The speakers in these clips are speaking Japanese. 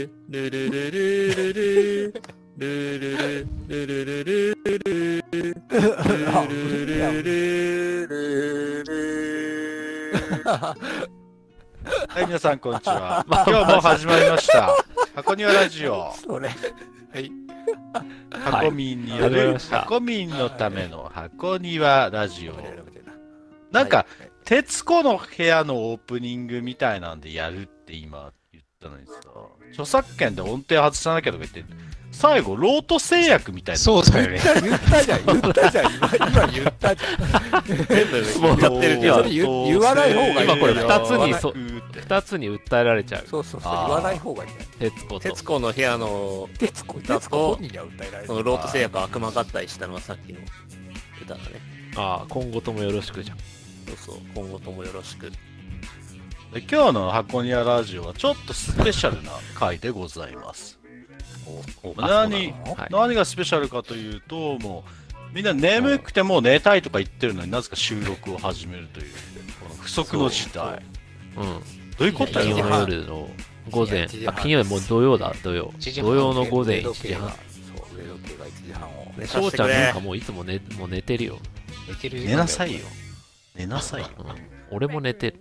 ルルルルルルルルルルルルルルルルルルルはい、皆さん、こんにちは。今日も始まりました。箱庭ラジオ。それ。箱民にあよりがとうございるました箱民のための箱庭ラジオ。ななんか、、徹子の部屋のオープニングみたいなんでやるって今言ったのにさ、著作権で音程外さなきゃとか言って、最後、ロート制約みたいな。そうだよね。言ったじゃん、言ったじゃん、今今言ったじゃん。もうやってるけどそれ言言わない方がいい今これ二つにそって二つに訴えられちゃう。そうそうそう、あー言わない方がいい。徹子と徹。子の部屋の徹子、歌を徹子本人には訴えられそる。のロート制約悪魔合体したのはさっきの歌だねああ、今後ともよろしくじゃん。そうそう今後ともよろしくで今日の箱庭ラジオはちょっとスペシャルな回でございます。何はい何がスペシャルかというと、もうみんな眠くてもう寝たいとか言ってるのになぜか収録を始めるという、この不測の事態。うん。どういうこと金よ曜の夜の午前1時。あ、半金曜もう土曜だ、土曜。 1土時半曜の午前腕1時計時が半。そう、腕時計が1時半を。翔寝させてちゃくんなんれかもういつも寝もう寝てるよ。寝なさいよ。寝なさいよ。うん俺も寝てる。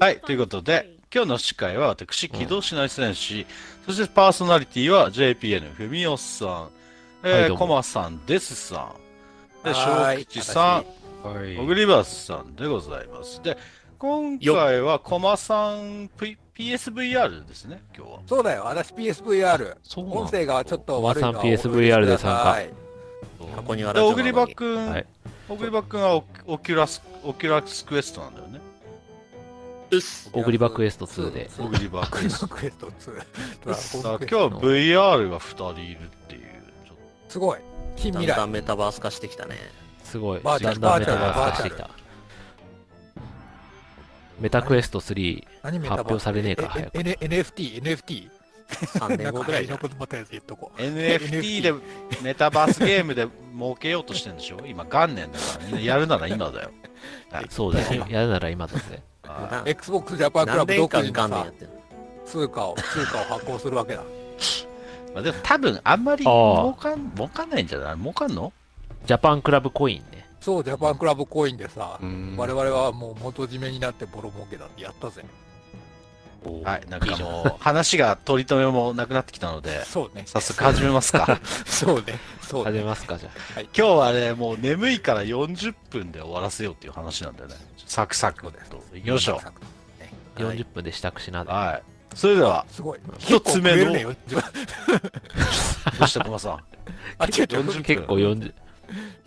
はい、ということで、今日の司会は私、木戸しなり選手、そしてパーソナリティは JPN ふみおさん、はいえー、どうもコマさん、ですさん、で、はーい正吉さはん、オグリバースさんでございます。で、今回はコマさん、P、PSVR ですね、今日は。そうだよ、私 PSVR。そうな音の声がちょっと悪いのはおばさん PSVR で参加はい箱庭で、ラジオオなのグにリバくん、はいオグリバくんはオキオキュラス、オキュラスクエストなんだよね。うっすオグリバクエスト2で。オグリバクエスト。クエスト2。ドラゴさあンクエス今日トは VR が2人いるっていう、ちょっと。すごい。近だん未だ来。んメタバース化してきたねすごい。バーチャルだんだんメタバース化してきた。メタクエスト3。何メタバース発表されねえから早くええ N- NFT、NFT。 3年後ぐらいじゃんなんか残ったやつ言っとこう NFT でメタバースゲームで儲けようとしてるんでしょ今元年だからみんなやるなら今だよ。そうだよ。やるなら今だぜ。な Xbox ジャパンクラ何ブ年独間自元のさ年やってんの通貨を通貨を発行するわけだ。まあ、でも多分あんまりあー儲かん儲かんないんじゃない儲かんのジャパンクラブコインね。そうジャパンクラブコインでさ、ん我々はもう元締めになってボロ儲けだってやったぜ。はい、なんかもう話が取り留めもなくなってきたので、そうね。早速始めますか。そうね。そう始ね。めますか、じゃあ。今日はね、もう眠いから40分で終わらせようっていう話なんだよね。サクサクと。行きましょはい40分で支度しなう。で。はい。それでは、すごい。一つ目結構食えのるねよ自分どうした駒さん。 あ、違う違う。 40分。結構40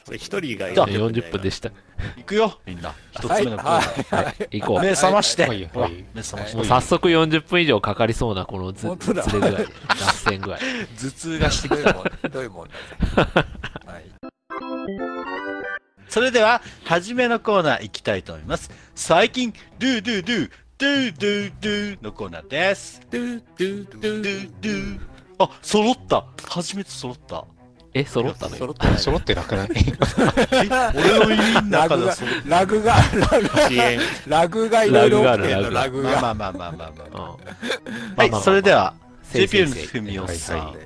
それ一人がじゃあ40分でした。行くよ、みんな。一つはい目のコーナー。はいはい。行こう。目覚まして。はいはいほら目覚ましてもう。早速40分以上かかりそうなこのず本ず当れだ具合、脱線具合。頭痛がしてひどいもんひどいもんだぜ。はい。それでは初めのコーナー行きたいと思います最近ドゥドゥドゥドゥドゥドゥのコーナーですドゥドゥドドゥドゥドゥあ揃った初めて揃ったえ、揃ったのよ揃っ。てない揃ってなくない俺の耳のラ中グでがは揃っ、ラグが、遅延ラグがいろいろ起きてんの、ララグたが。まあまあまあまあまあうんまあまあはまあまあいそれではせい JPL せいのせいふみおさはいん先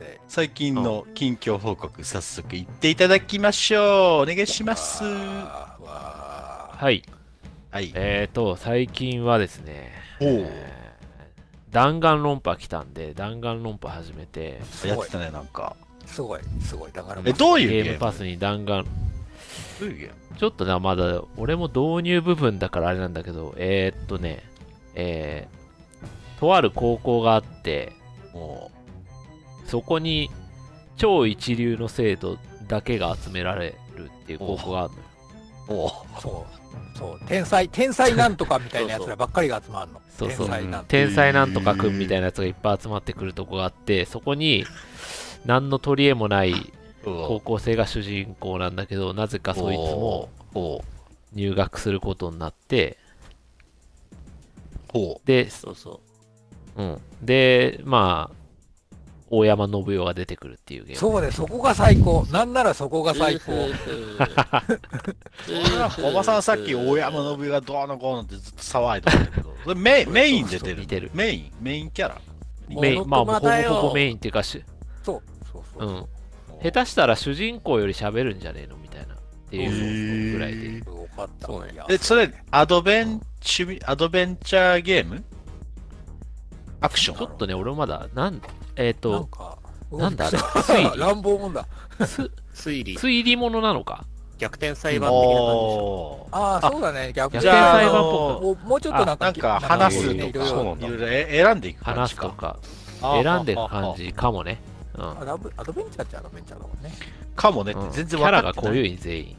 生最近の近況報告早速行っていただきましょうお願いしますはあーわはい。いえーと、最近はですね、おうえー弾丸論破来たんで、弾丸論破始めて、ーすやっごいてたねなんかすごいすごいだからえどういうゲーゲームムパスに弾丸、どういうゲームちょっとな、まだ、俺も導入部分だからあれなんだけど、えーっとね、えー、とある高校があって、もそこに超一流の生徒だけが集められるっていう高校があるのよ。うもうそうそう天才天才なんとかみたいなやつらばっかりが集まるのそうそ天う才なんと天才なんとかくんみたいなやつがいっぱい集まってくるとこがあって、そこに何の取り柄もないうわ高校生が主人公なんだけど、なぜかそいつもほ入学することになって、うほで、そうそうん。で、まあ、大山信代が出てくるっていうゲーム。そうねそこが最高なんならそこうが最高うおばさんさっき大山信代がどうのこうのってずっと騒いだんだけどそれメインメインで出るそうそう似てるメインメインキャラメイン、まあ、モノほクマだよぼほぼメインっていうかし、そうそうそうう、ん。下手したら主人公より喋るんじゃねえのみたいな。っていうぐらいで。すごかったそうねいやえ、それ、アドベンチュ、アドベンチャーゲームアクションちょっとね、俺まだ、なん、えなっ、んと、かなんだあうれんついに乱暴もんだ推理、推理ものなのか逆転裁判的な感じでしょおーああそうだね逆転逆転じゃあ裁判っあぽもうもうちょっとなんかなんかき話すいろいとろか、いろいろいろいろえ選んでいくく感話じすとか。か、あー選んでいく感。ああじかもね。うん。アドベアドベンチャーっちゃアドベンチャーだもんねあかもねう、ん全然キャわかラってない。が濃ゆい全員。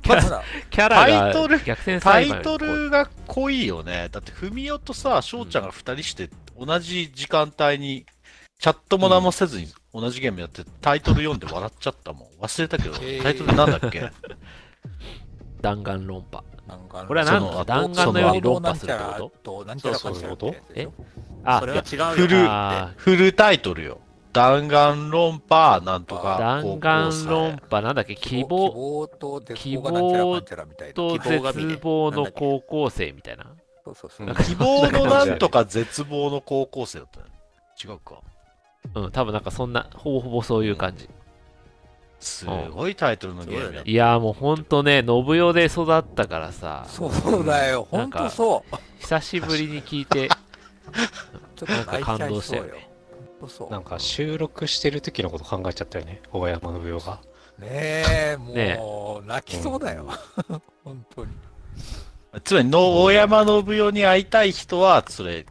キャまラずだキャラタイトルが逆タ転裁判イより濃トいルが濃いよね。だって、ふみおとさ、しょうちゃんが二人して、同じ時間帯に、チャットも何もせずに、同じゲームやって、タイトル読んで笑っちゃったもん。忘れたけど、へータイトルなんだっけ弾丸論破。なんかこれはなんか弾丸のように論破するってこととなんちゃらかんちゃらってやつでしょあそ、れは違うよフルあフルタイトルよ。弾丸論破、なんとか。弾丸論破、なんだっけ、希望と希望がなんちゃらかんちゃらみたいなと希望が見え絶望の高校生みたいな。そうそうそううん希望のなんとか絶望の高校生だったね。違うか。うん、多分なんかそんな、ほぼほぼそういう感じ。すごいタイトルのゲームやっいやーもうほんとね、信代で育ったからさ、そうだよな本ん当かそう久しぶりに聞いて、ちょっなんとか感動したよ泣いちゃいね。そうよな本んか収録してる時のこと考えちゃったよね、小山信代が。当そうねえねもう泣きそうだよ 本当にた。つまり、の大山信代に会いたい人は、それ、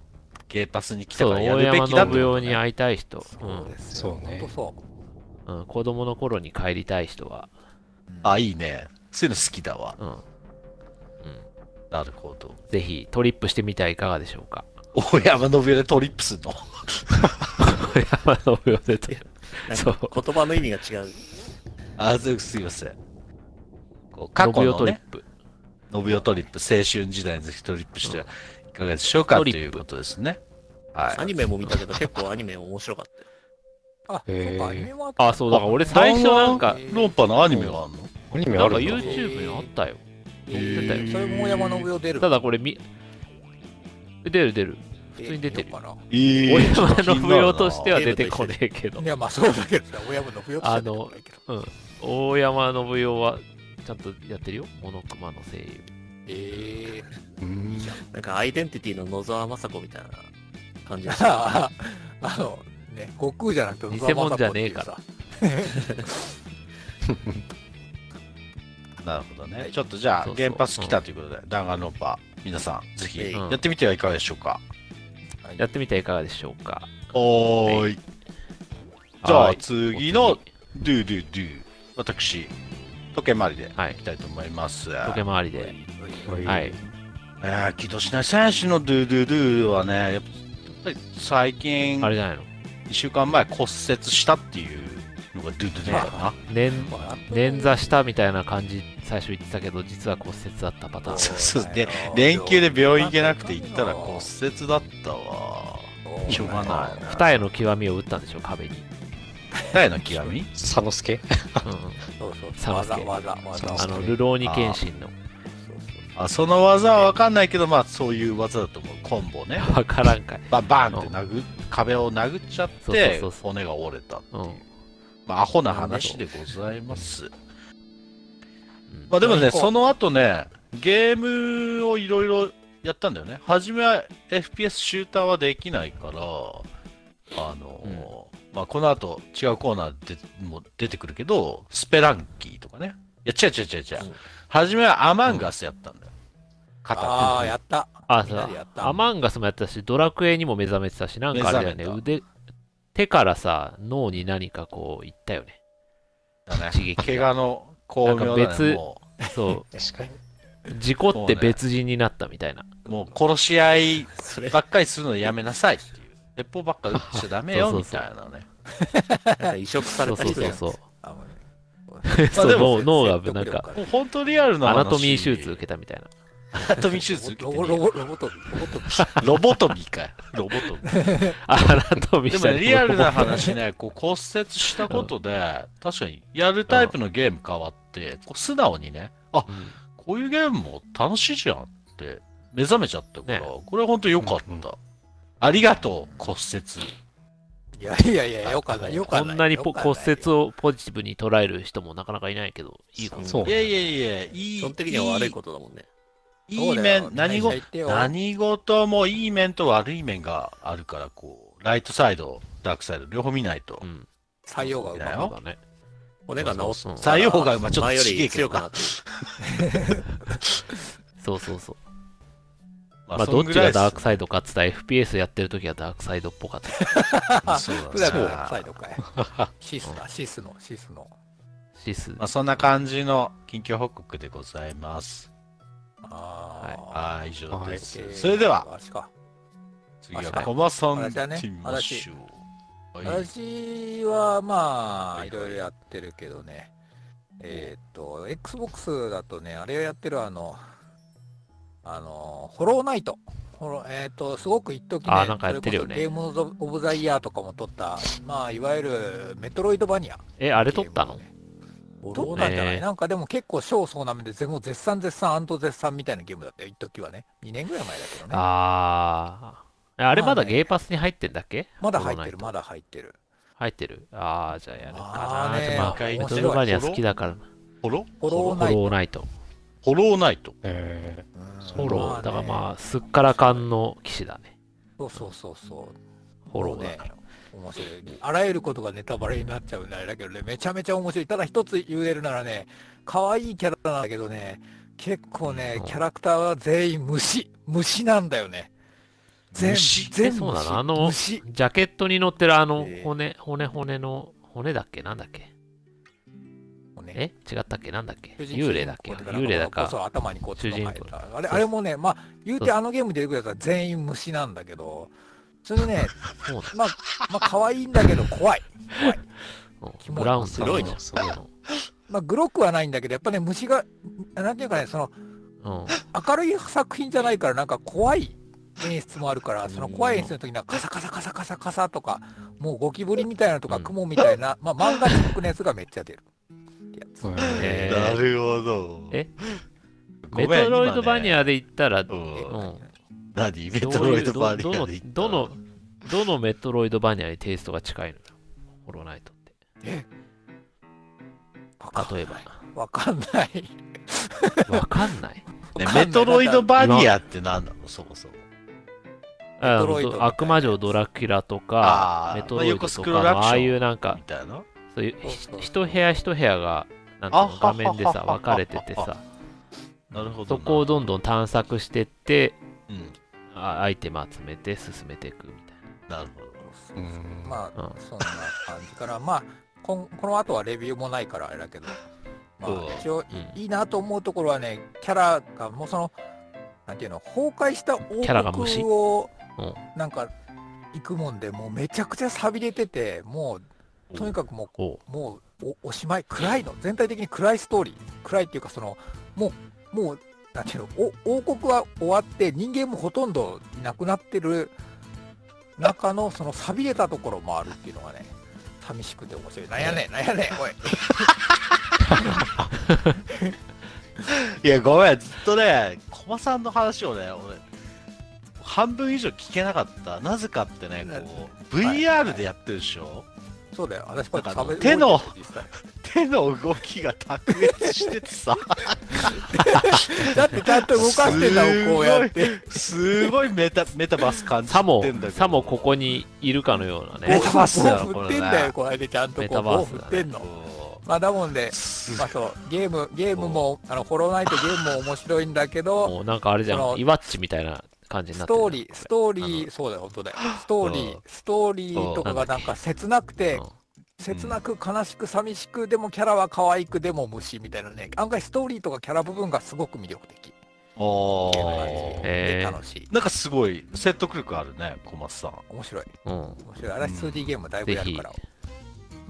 ゲーパスに来たそう、からや大るべ山きだ信と代に会いたい人、そうですそうね本当そううん、うん、子供の頃に帰りたい人は、あ、いいね。そういうの好きだわ。うん、うん、なるほど。ぜひトリップしてみてはいかがでしょうか。大山信代でトリップするの。大 山信代でと なんそうか言葉の意味が違う。あ、すすいません。こう過去信代のトリねッ、プ。信代トリップ、青春時代にぜひトリップしてはいかがでしょうかトとリップいうことですね。はいア。ニメも見たけど、結構アニメ面白かったよ。あへそうえかアニメもあったあ、そう、だから俺最初なんか、論破のアニメがあるのアニメなあんかるんだ。 YouTube にあったよ。え載ってたよーそれも大山信代出る ただこれみ、出る出る。普通に出てるえーよっえー大山信代としては出てこねえけかどない。やまあそうだけどさ大山信代としては出てこないけどうん、大山信代はちゃんとやってるよ、モノクマの声優。えうーんなんかアイデンティティの野沢雅子みたいな感えじがー、した あのね悟空じゃなくて偽物じゃねえからなるほどね。ちょっとじゃあそう、そう原発来たということで、弾丸論破、皆さん、ぜひ、えいやってみてはいかがでしょうか。はいやってみてはいかがでしょうか。おーい。じゃはあ、い次のお、ドゥドゥドゥ。私、時計回りで、はいいきたいと思います。時計回りで。はい。えー、木戸品選手のドゥドゥドゥはね、やっぱり最近、あ1れじゃないの週間前骨折したっていうのがドゥドゥドゥかな。捻捻連挫したみたいな感じ、最初言ってたけど、実は骨折だったパター ン。そうそうで連休で病院行けなくて行ったら骨折だったわ。しょうがないな。二重の極みを打ったんでしょ、壁に。二重の極み佐之助うんうんそうそうサバス技ケ技技サあバスの、ルローニケンシンの。そうそうあその技は分かんないけど、まあそういう技だと思う。コンボね。わからんかい。バンバンって殴っ壁を殴っちゃっそうそうてそう、そう骨が折れた。うん。うんまあアホな話でございます。まああでもね、最高その後ね、ゲームをいろいろやったんだよね。初めは FPS シューターはできないから、あのーまあこの後違うコーナーでも出てくるけど、スペランキーとかね。いや、違う違う違う違う。初めはアマンガスやったんだよ。ああ片やったみんなそうでやったアマンガスもやったし、ドラクエにも目覚めてたし、なんかあれだよね、目覚腕、手からさ、脳に何かこう、いったよね。手だ刺ね。激怪我の巧妙なんだかね。別もそう。確かに。事故って別人になったみたいな。う、もう殺し合いそれ、ばっかりするのやめなさいっていう。鉄砲ばっか打っちゃダメよ、そうみそうたそいなね。なんか移植さそれうたそう人そうやん。そう。あのねまあでそうも脳脳がなん説得力か、あるもう本当リアルなア話ナトミー手術受けたみたいな。アナトミー手術受けロてボねロボロボトルロボトルロボトミーかよ。ロボトミー。アナト ミーで手もね、術。リアルな話ね、こう骨折したことで、確かにやるタイプのゲーム変わって、こう素直にね、あうんこういうゲームも楽しいじゃんって目覚めちゃったから、これは本当良かった。ありがとう、骨折。いやいやいや、よかない。よかこない。んなにポよかない骨折をポジティブに捉える人もなかなかいないけど、いいことそういやいやいや、いい。基本的には悪いことだもんね。いそいうだよ面、何会事社行ってよ何事もいい面と悪い面があるから、こう、ライトサイド、ダークサイド、両方見ないとう。ん。採用がうまだい。よそうだね。骨が治す。そうそう作用がまあちょっと前よちげえりけど強くななってる。そうそうそう。ままあ、どっちがダークササイドかっつったら FPS やってる時はダークサイドっぽかった。イ ドそう普だ段ねからサイドかい。 シスだ、シスの、シスの。シス。まあ、そんな感じの緊急報告でございます。あはい、以上はいです。ーそれでは、。私か。次はコマさんはい行ってみましょう。はい私はまはあ、いいろいろやってるけどね。えーっと、Xbox だとね、あれをやってるあの、あの、ホローナイト。ホロえーっと、すごく一時ね、あーなんかやってるよねそれこそゲームオブザイヤーとかも取った、まあ、いわゆるメトロイドバニア。え、あれ撮ったのゲームをねどうなんじゃない、ねなんかでも結構小そうなめで、全部絶賛絶賛アント絶賛みたいなゲームだったよ、一時はね。2年ぐらい前だけどね。あー。えあれまだゲーパスに入ってんだっけまだ入ってる、ホロナイトまだ入ってる。入ってる。あー、じゃあやるかまあな。ねでもまあ、一回メトロバニア好きだからな。ホロホローホナイロート。ナイト。ホローナイト。えうんホロまあー。ねだからまあ、すっからかんの騎士だね。そうそうそうそう。ホローだねから。。面白い。あらゆることがネタバレになっちゃうんであれだけどね、めちゃめちゃ面白い。ただ一つ言えるならね、可愛いキャラなんだけどね、結構ねうん、キャラクターは全員虫。虫なんだよね。全虫全え部そうな虫のあの虫。ジャケットに乗ってるあのえー骨、骨、骨の、骨だっけなんだっけねえ違ったっけなんだっけ主人公幽霊だっけこうやって幽霊だこうそか。う頭にこう角生え主人たあれそあうれもねまあ言うそてあのゲーム出てくるやつは全員虫なんだけどそれね そうまあまあ可愛いんだけど怖い怖いうんキモいブラウンさんの白いのすごいのまあグロくはないんだけどやっぱね虫がなんていうかねそのうん。明るい作品じゃないからなんか怖い演出もあるからその怖い演出の時にはカサカサカサカサカサとかもうゴキブリみたいなのとうかん雲みたいな、まあ漫画チックなやつがめっちゃ出るってやつーえなるほど。え ごめメんトロイドバニアで言ったら、今ねうんうん何メどうトロいイうドバニアで言ったどの、どの、どのメトロイドバニアにテイストが近いのよ。ホロナイトっわかて。例えば。わかんないわか んない。ねわかんないメトロイドバニアって何なのそもそも。あトロイドみたいなのやつ悪魔女ドラキュラとかあ、ーメトまロイドあよくとスかクのロールアクションああいうなんかみ、たいな。そういうそうそうそうひ一部屋一部屋がなんていうあははのは画は面でさ分かれててさなるほどそな。こをどんどん探索してってうん。あアイテム集めて進めていくみたいなるほど。うんまうんあ、そんな感じから、まあ、こんこの後はレビューもないからあれだけど、まそうあ、一応うんいいいなと思うところはね、キャラがもうその、なんていうの、崩壊した王キャラが虫国をうん、なんか、行くもんで、もうめちゃくちゃ寂れてて、もう、とにかくもおうう、もうお、おしまい、暗いの、全体的に暗いストーリー、暗いっていうか、その、もう、もう、なんていうの、お王国は終わって、人間もほとんどいなくなってる中の、その寂れたところもあるっていうのがね、寂しくて面白い。なんやねん、なんやねん、おい。いや、ごめん、ずっとね、コマさんの話をね、俺、半分以上聞けなかった。なぜかってね、こう、はいはい VR でやってるでしょそうだよ、私こうやってなんかあの喋る手の動いてる手の動きが卓越しててさ、実際だってちゃんと動かしてたの、こうやって。すごいメタ、メタバース感じてさんだもけど。さもここにいるかのようなメねタバースだよ棒こ振っれてねんだよ、こうやってちゃんとメこタう、バ棒ース振だねってんの。こまあ、だもんでう、すまあそう、ゲーム、ゲームも、あの、ホローナイトゲームも面白いんだけど、もうなんかあれじゃそんのイワッチみたいな感じにスなってるトーリー、ストーリあー、そうだよ、本当だよ。ストーリうーん、ストーリーとかがなんか切なくてう、ん切なく悲しく寂しく、でもキャラは可愛く、でも虫みたいなね、案外ストーリーとかキャラ部分がすごく魅力的。おゲームの感ーじへでー楽しい。なんかすごい説得力あるね、小松さん。面白い。うん面白い。私うん 2D ゲームだいぶやるから。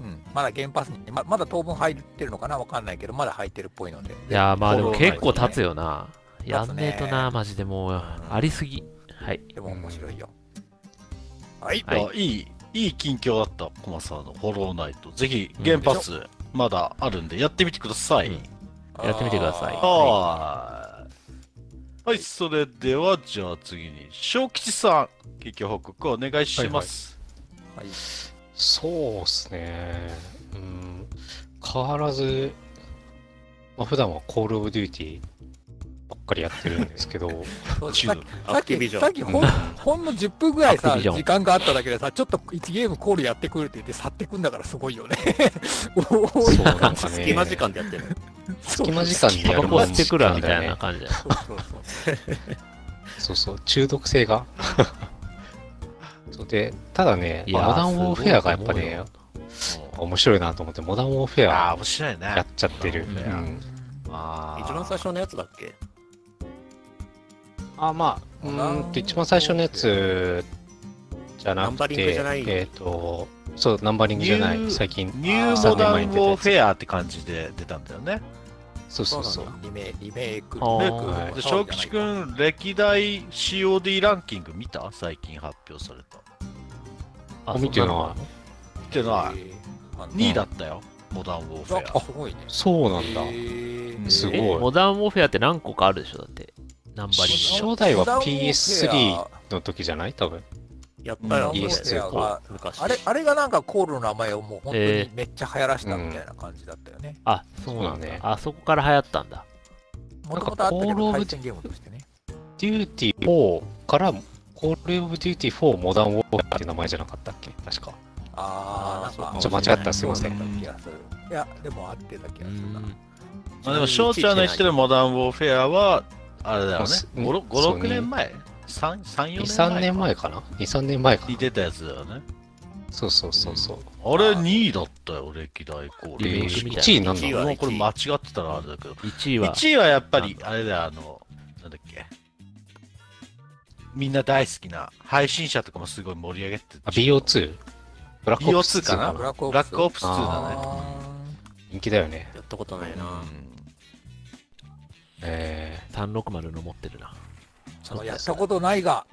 うん、まだゲームパスにままだ当分入ってるのかなわかんないけどまだ入ってるっぽいのでいやーまあでもフォローナイ結ト構経つよなねやんねえとなマジでもうありすぎはいでも面白いよ、はいはいいや、いい、いい近況だった、小松さんのホローナイト。ぜひ、ゲームパス、まだあるんで、やってみてください。うんやってみてくださいあーはーい。はい、それでは、じゃあ次に、小吉さん、結局報告お願いします。はい、そうっすね。うん。変わらず、まあ、普段はコールオブデューティーばっかりやってるんですけど、 そうチさュっーきブさアっクティビきジョン。さっきほんほんの10分ぐらいアクさティビジョン時間があっただけでさちょっと1ゲームコールやってくるって言って去ってくんだからすごいよねおそいうなんかね。隙間時間でやってる。隙間時間にタやるバコもん吸ってくるわみたいな感じだよ。そうそうそうそうそう、中毒 性が。そうで、ただね、いまやあーモダンウォーフェアがやっすぱごいとね、うん面白いなと思って、モダンウォーフェああ、ア面白いやねっ。ちゃってる。モダンウォーうフェアんあー一番最初のやつだっけあ、まあ、うモダンウォーフェアーんと、一番最初のやつじゃなナンバくリングて、じゃないえっと、そう、ナンバリングじゃなニューい、最近。ニューモダンウォーフェアって感じで出たんだよね。そうそうそう。リメリメイクあーリメイはいクで小吉くん、歴代 COD ランキング見た最近発表された。あゴミっていうのは見てない。2位だったよ、モダンウォーフェあア。すごいねそうなんだへ。ーすごいえモダンウォーフェアって何個かあるでしょだって。ナンバリン初代モはダンウォーフェ PS3 アの時じゃない多分。やったよ、うん PS2 か昔。あれあれがなんかコールの名前をもう本当えにめっちゃ流行らしたみたいな感じだったよね。グ。あ、そうだねあそこから流行ったんだ。もともとあったけなんかコールどオブ対戦ゲームとしてね。デューティー4から、コールオブデューティー4モダンウォーフェアって名前じゃなかったっけ確か。ああーあ、なんかちょ間違ったすいませそうんだった気がするいや、でもあってた気がするな。まあでも、翔ちゃんの言ってるモダンウォーフェアは、あれだよね、5、もう6 5 6年前 ?3、3 4 2、年前3年前かな ?2、3年前かにな出たやつだよね。そうそうそうそう。あれ2位だったよ、歴代コール。リメイクみたいな1位なんだ一位ろはうもうこれ間違ってたらあれだけど。 1位は、 1位はやっぱり、あれだよ、あの、なんだっけ。みんな大好きな、配信者とかもすごい盛り上げてあ BO2? ブラックオプス BO2 かなブラックオブプスラックオプス2だね。あ人気だよね。やったことないな。え360の持ってるな。ーそのやったことないが、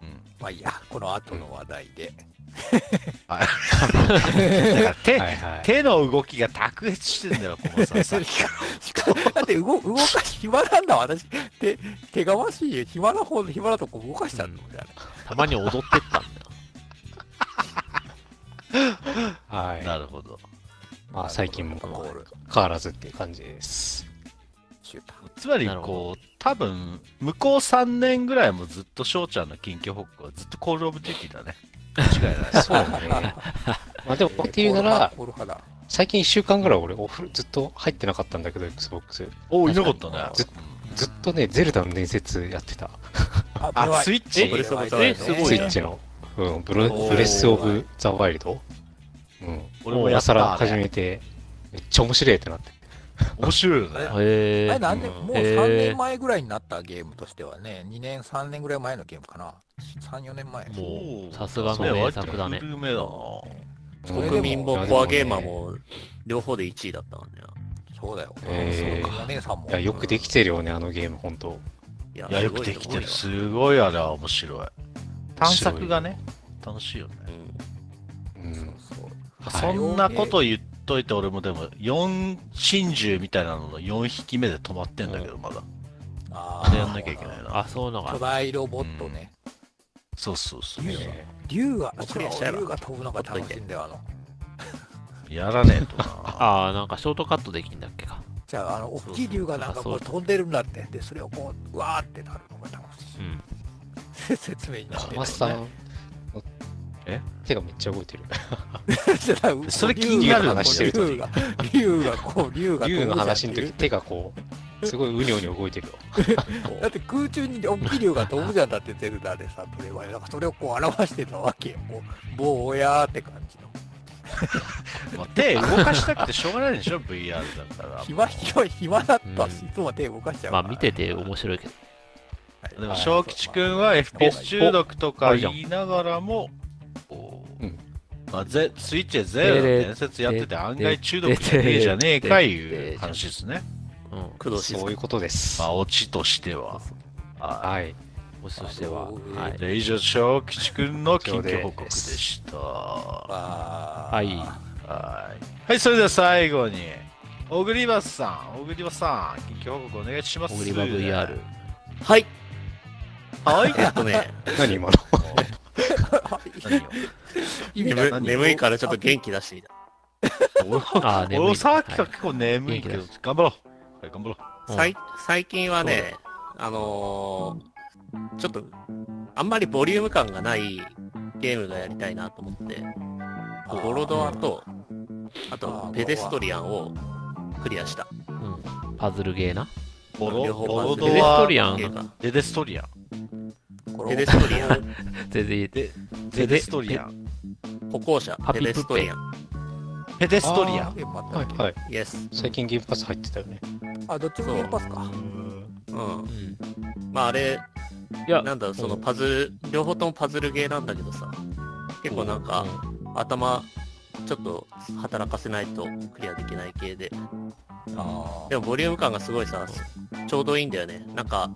うんまあいいや、この後の話題で。だから手、ー、はい はい。手の動きが卓越してんだよ、このさ、さっきからしかもだって動動かし、暇なんだ、私。手、手がましい、暇な方、暇なとこ動かしちゃうんだもんねあれたまに踊ってったんだよ。はい。なるほど。まあ最近もやっぱゴール変わらずっていう感じです。シューターつまりなるほこう多分向こう3年ぐらいもずっと翔ちゃんの近況報告はずっとコールオブデューティーだね間違いないそうだね。 まあでも、っていうなら、ゴール派だ。最近1週間ぐらい俺お風呂ずっと入ってなかったんだけど、Xbox。 おおいなかったねずずっとね、ゼルダの伝説やってた。ああスイッチブレスオブザえすごスいイねッチの。うん、ブレおーブレス・オブ・ザ・ワイルド。うん。俺俺ももやっ今た更始めて、めっちゃ面白いってなって。面白いよねへ あれえ。何年、うんもうへー3年前ぐらいになったゲームとしてはね、2年、3年ぐらい前のゲームかな。3、4年前。もそうう、さすがの名作だね。有名だなそれでも国民もコアゲーマーも両方で1位だったもんね。そうだよ。えーそうかお姉さんも。いや、よくできてるよね、あのゲーム、本当いやいやよくできてるすすごいあれは面白い探索がね楽しいよねごいうんう。そうんそう。はいそんなこと言っといて俺もでも4真珠みたいなのの4匹目で止まってんだけどまだああれやんなきゃいけないな。なあ、そういうの巨が。大ロボットね。そうそうそう竜え竜が、僕空にしたをら竜が飛ぶのが楽しいんだよ。あの、やらねえとなああ、なんかショートカットできんだっけか。じゃあ、あの、大きい竜がなんかこそううそう飛んでるんだって。で、それをこう、うわーってなるのが楽しい。うん説明になってなーい小松さんのえ手がめっちゃ動いてる。それ気になる竜がこう話してる竜が、竜がこう、竜が飛ぶじゃんっていう。竜の話の時、手がこう、すごいうにょうにょ動いてるよ。 だって空中に大きい竜が飛ぶじゃんだってゼルダでさ、プレイはなんかそれをこう表してたわけよ。もう、ぼうやーって感じの。まあ手動かしたくてしょうがないでしょ VR だから暇、暇、暇だったし、ういつも手動かしちゃうまかあら。見てて面白いけど。でもはい小吉くんは FPS 中毒とか言いながらも、こううんまあ、ぜスイッチでゼロの伝説やってて案外中毒じゃねえじゃねえかいう話ですね。うん。工藤静そう香いうことですま。あ、オチとしては。は。はい。もしとしては。あはいい。で、以上、小吉くんの近況報告でした。あはーはい。い。はい、それでは最後に、オグリバスさん、オグリバスさん、近況報告お願いします。オグリバ VR。はい。 はい。えっとね、何今の何よ眠眠いからちょっと元気出してみた。あー俺眠いもさっきからはい結構眠いけど元気、頑張ろう。はい、頑張ろう。うん最最近はね、あのーちょっと、あんまりボリューム感がないゲームがやりたいなと思って、ボロドアと、あと、ペデストリアンをクリアした。うん、パズルゲーなボ両ロ、方ボロドデストはリアンゲームがデデストリアン。ペデストリアン、全然言えてデデストリアン。歩行者、パペピプペデストリアン。ペデストリアン。はいはい。イエス。最近ゲームパス入ってたよね。あ、どっちもゲームパスか。うんう。んまああれ、いやなんだろう、そのパズル、両方ともパズルゲーなんだけどさ、結構なんか、頭、ちょっと働かせないとクリアできない系で。あでもボリューム感がすごいさ、ちょうどいいんだよね。なんか、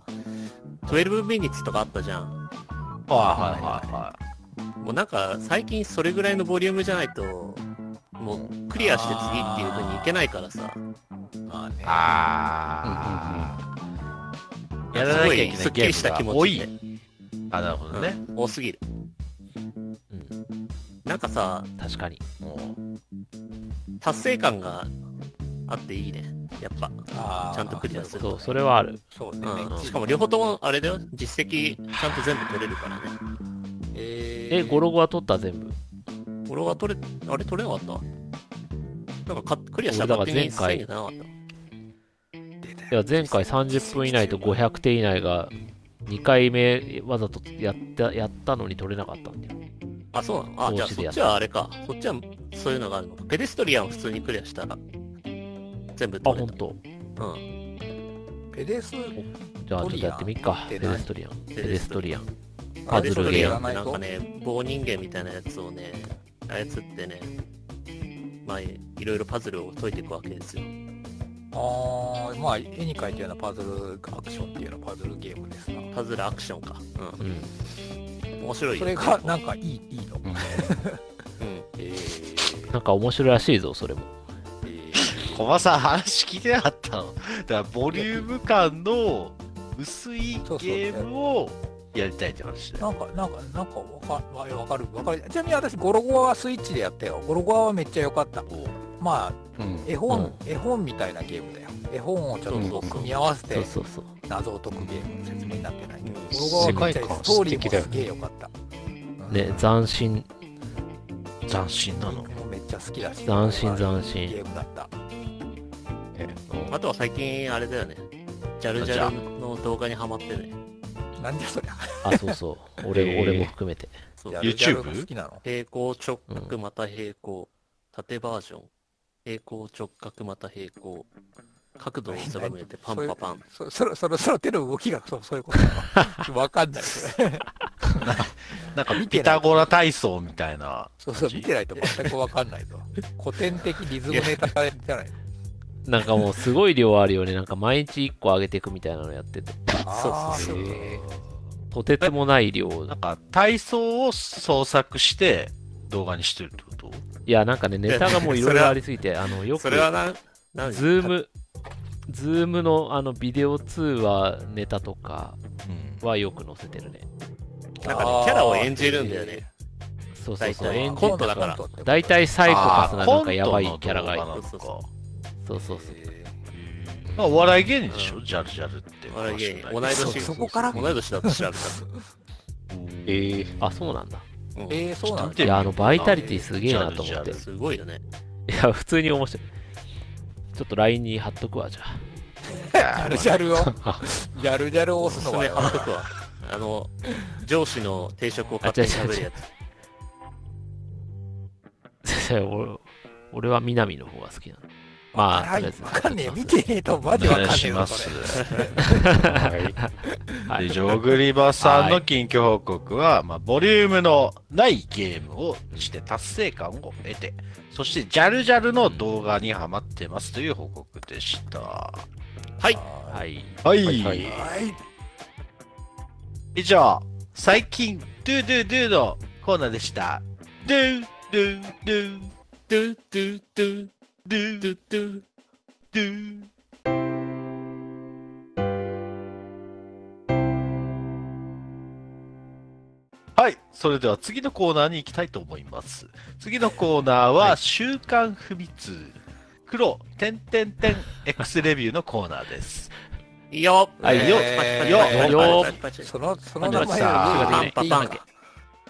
12ミニッツとかあったじゃん。はいはいはいはい。もうなんか、最近それぐらいのボリュームじゃないと、もうクリアして次っていう風にいけないからさ、まあね。ああ。やらなきゃいけないすっきゲりしたー気ムが持多ちいで。。あ、なるほどね。うん多すぎる。うんなんかさ、確かにもう達成感があっていいね。やっぱ、あーちゃんとクリアするそとう。それはあるそうね。うん、しかも両方ともあれだよ実績ちゃんと全部取れるからねええゴロゴは取った全部俺は取れあれ取れなかったなんかかクリアしたら勝手に俺だから前回1000じゃなかったいや前回30分以内と500点以内が2回目わざとやったやったのに取れなかったんだよあそうなのあじゃあ投資でやそっっちはあれかそっちはそういうのがあるのかペデストリアン普通にクリアしたら全部あ取本れた当。うんペデス、じゃあちょっとやってみっかトリアンペデストリアンペデストリアンパパペデズストルリゲアーンってなんかム。ね棒人間みたいなやつをね操ってねまあいろいろパズルを解いていくわけですよああ、まあ、絵に描いたようなパズルアクションっていうようなパズルゲームですな。パズルアクションかううんん面白いよそれがなんかいい、いいの。うんうんえなんか面白いらしいぞそれも小バさん話聞いてなかったの。だからボリューム感の薄いそうそうゲームをやりたいって話だよ。なんか、なんか、なんかわか、わわかる、わかる。ちなみに私、ゴロゴアはスイッチでやったよ。ゴロゴアはめっちゃ良かった。まあ、うん。絵本、絵本みたいなゲームだよ。絵本をちょっと組み合わせそうてそうそう謎を解くゲームの説明になってない。うんゴロゴアはめっちゃいい世界観ストーリ素敵だーもよすねげえ良かった。ね斬新斬新なの僕。もめっちゃ好きだし。斬新ゲ斬新ームだった。あとは最近あれだよね。ジャルジャルの動画にハマってね。なんじゃそりゃ。あそうそう俺えー俺も含めてそうジャ YouTube？ルジャルが好きなの平行直角また平行、縦バージョン。平行直角また平行。角度を定めてパンパパン。そそろそろそろ手の動きがそうそういうことな のわかんないそれなんか見てなピいタゴラ体操みたいな。そうそう見てないと全くわかんないぞ古典的リズムネタじゃないなんかもうすごい量あるよねなんか毎日1個上げていくみたいなのやっててあーそうそうかへとてつもない量なんか体操を創作して動画にしてるってこといやなんかねネタがもういろいろありすぎてあのよくそれはな、なズー。ム、ズームのあのビデオ通話ネタとかうん。はよく載せてるね。なんかねあーキャラを演じるんだよねそうそうそう。大体演コじントだからコントって大体サイコパスななんあかーやばいキャラコントがの動画なのかそうそうそうそうそう。まあお笑い芸人でしょ、ジャルジャルって。我々芸人同いそ年うそこから同い年だって調べた。えー。あ、そうなんだ。うんえー、そうなんちいょっだや、あのバイタリティすげえなと思ジャっルジャて。いルすごいよね。や、普通に面白い。ちょっと LINE に貼っとくわ、じゃあ。ジャルジャ ルをジャルジャルを押すそのれ貼はっとくわ。あの、上司の定食を買って食べるやつ。 俺俺は南の方が好きなの。まわあ、かんなとりあえいずわかんねえ見てねえとマジわかんねお願いえしぞまそすれ。はい。はで、いジ。ョグリバさんの近況報告は、まあ、ボリュームのないゲームをして達成感を得て、そしてジャルジャルの動画にハマってますという報告でした。ははい。はい。い。はいはいはい以上、最近、ドゥドゥドゥのコーナーでした。ドゥドゥドゥ、ドゥドゥドゥ、ドゥドゥドゥ、ドゥ。はい。それでは次のコーナーに行きたいと思います。次のコーナーは、週刊不密、黒、点点点 X レビューのコーナーです。いいよはいよパチよよパチパチパチパチパチその、その名前をあ言うパンパパンか。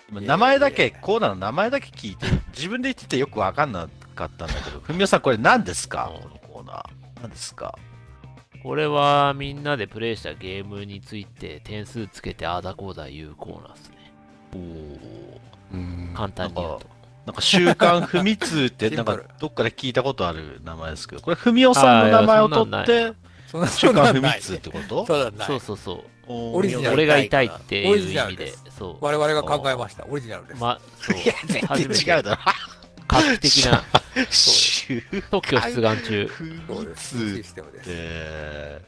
今名前だけ、コーナーの名前だけ聞いて、自分で言っててよくわかんなかったんだけど、文雄さんこれ何ですかこのコーナー。何ですかこれはみんなでプレイしたゲームについて点数つけてああだこうだ言うコーナーですね。おー うん簡単に言うと。なんか週刊不密って、シなンんプルかどっかで聞いたことある名前ですけど、これ、文雄さんの名前を取あっーいて、そんな、そ週んな刊の不ない。密っそてことうなんないそう。そうそう。おーオリジナル俺が痛いってオいうリジ意ナ味ルでです、そ我々が考えました。オリジナルでう。す。ま、そう。いや、全然違うだろ。画期的 な週特許出願中。不そうです。密システムでっす。て、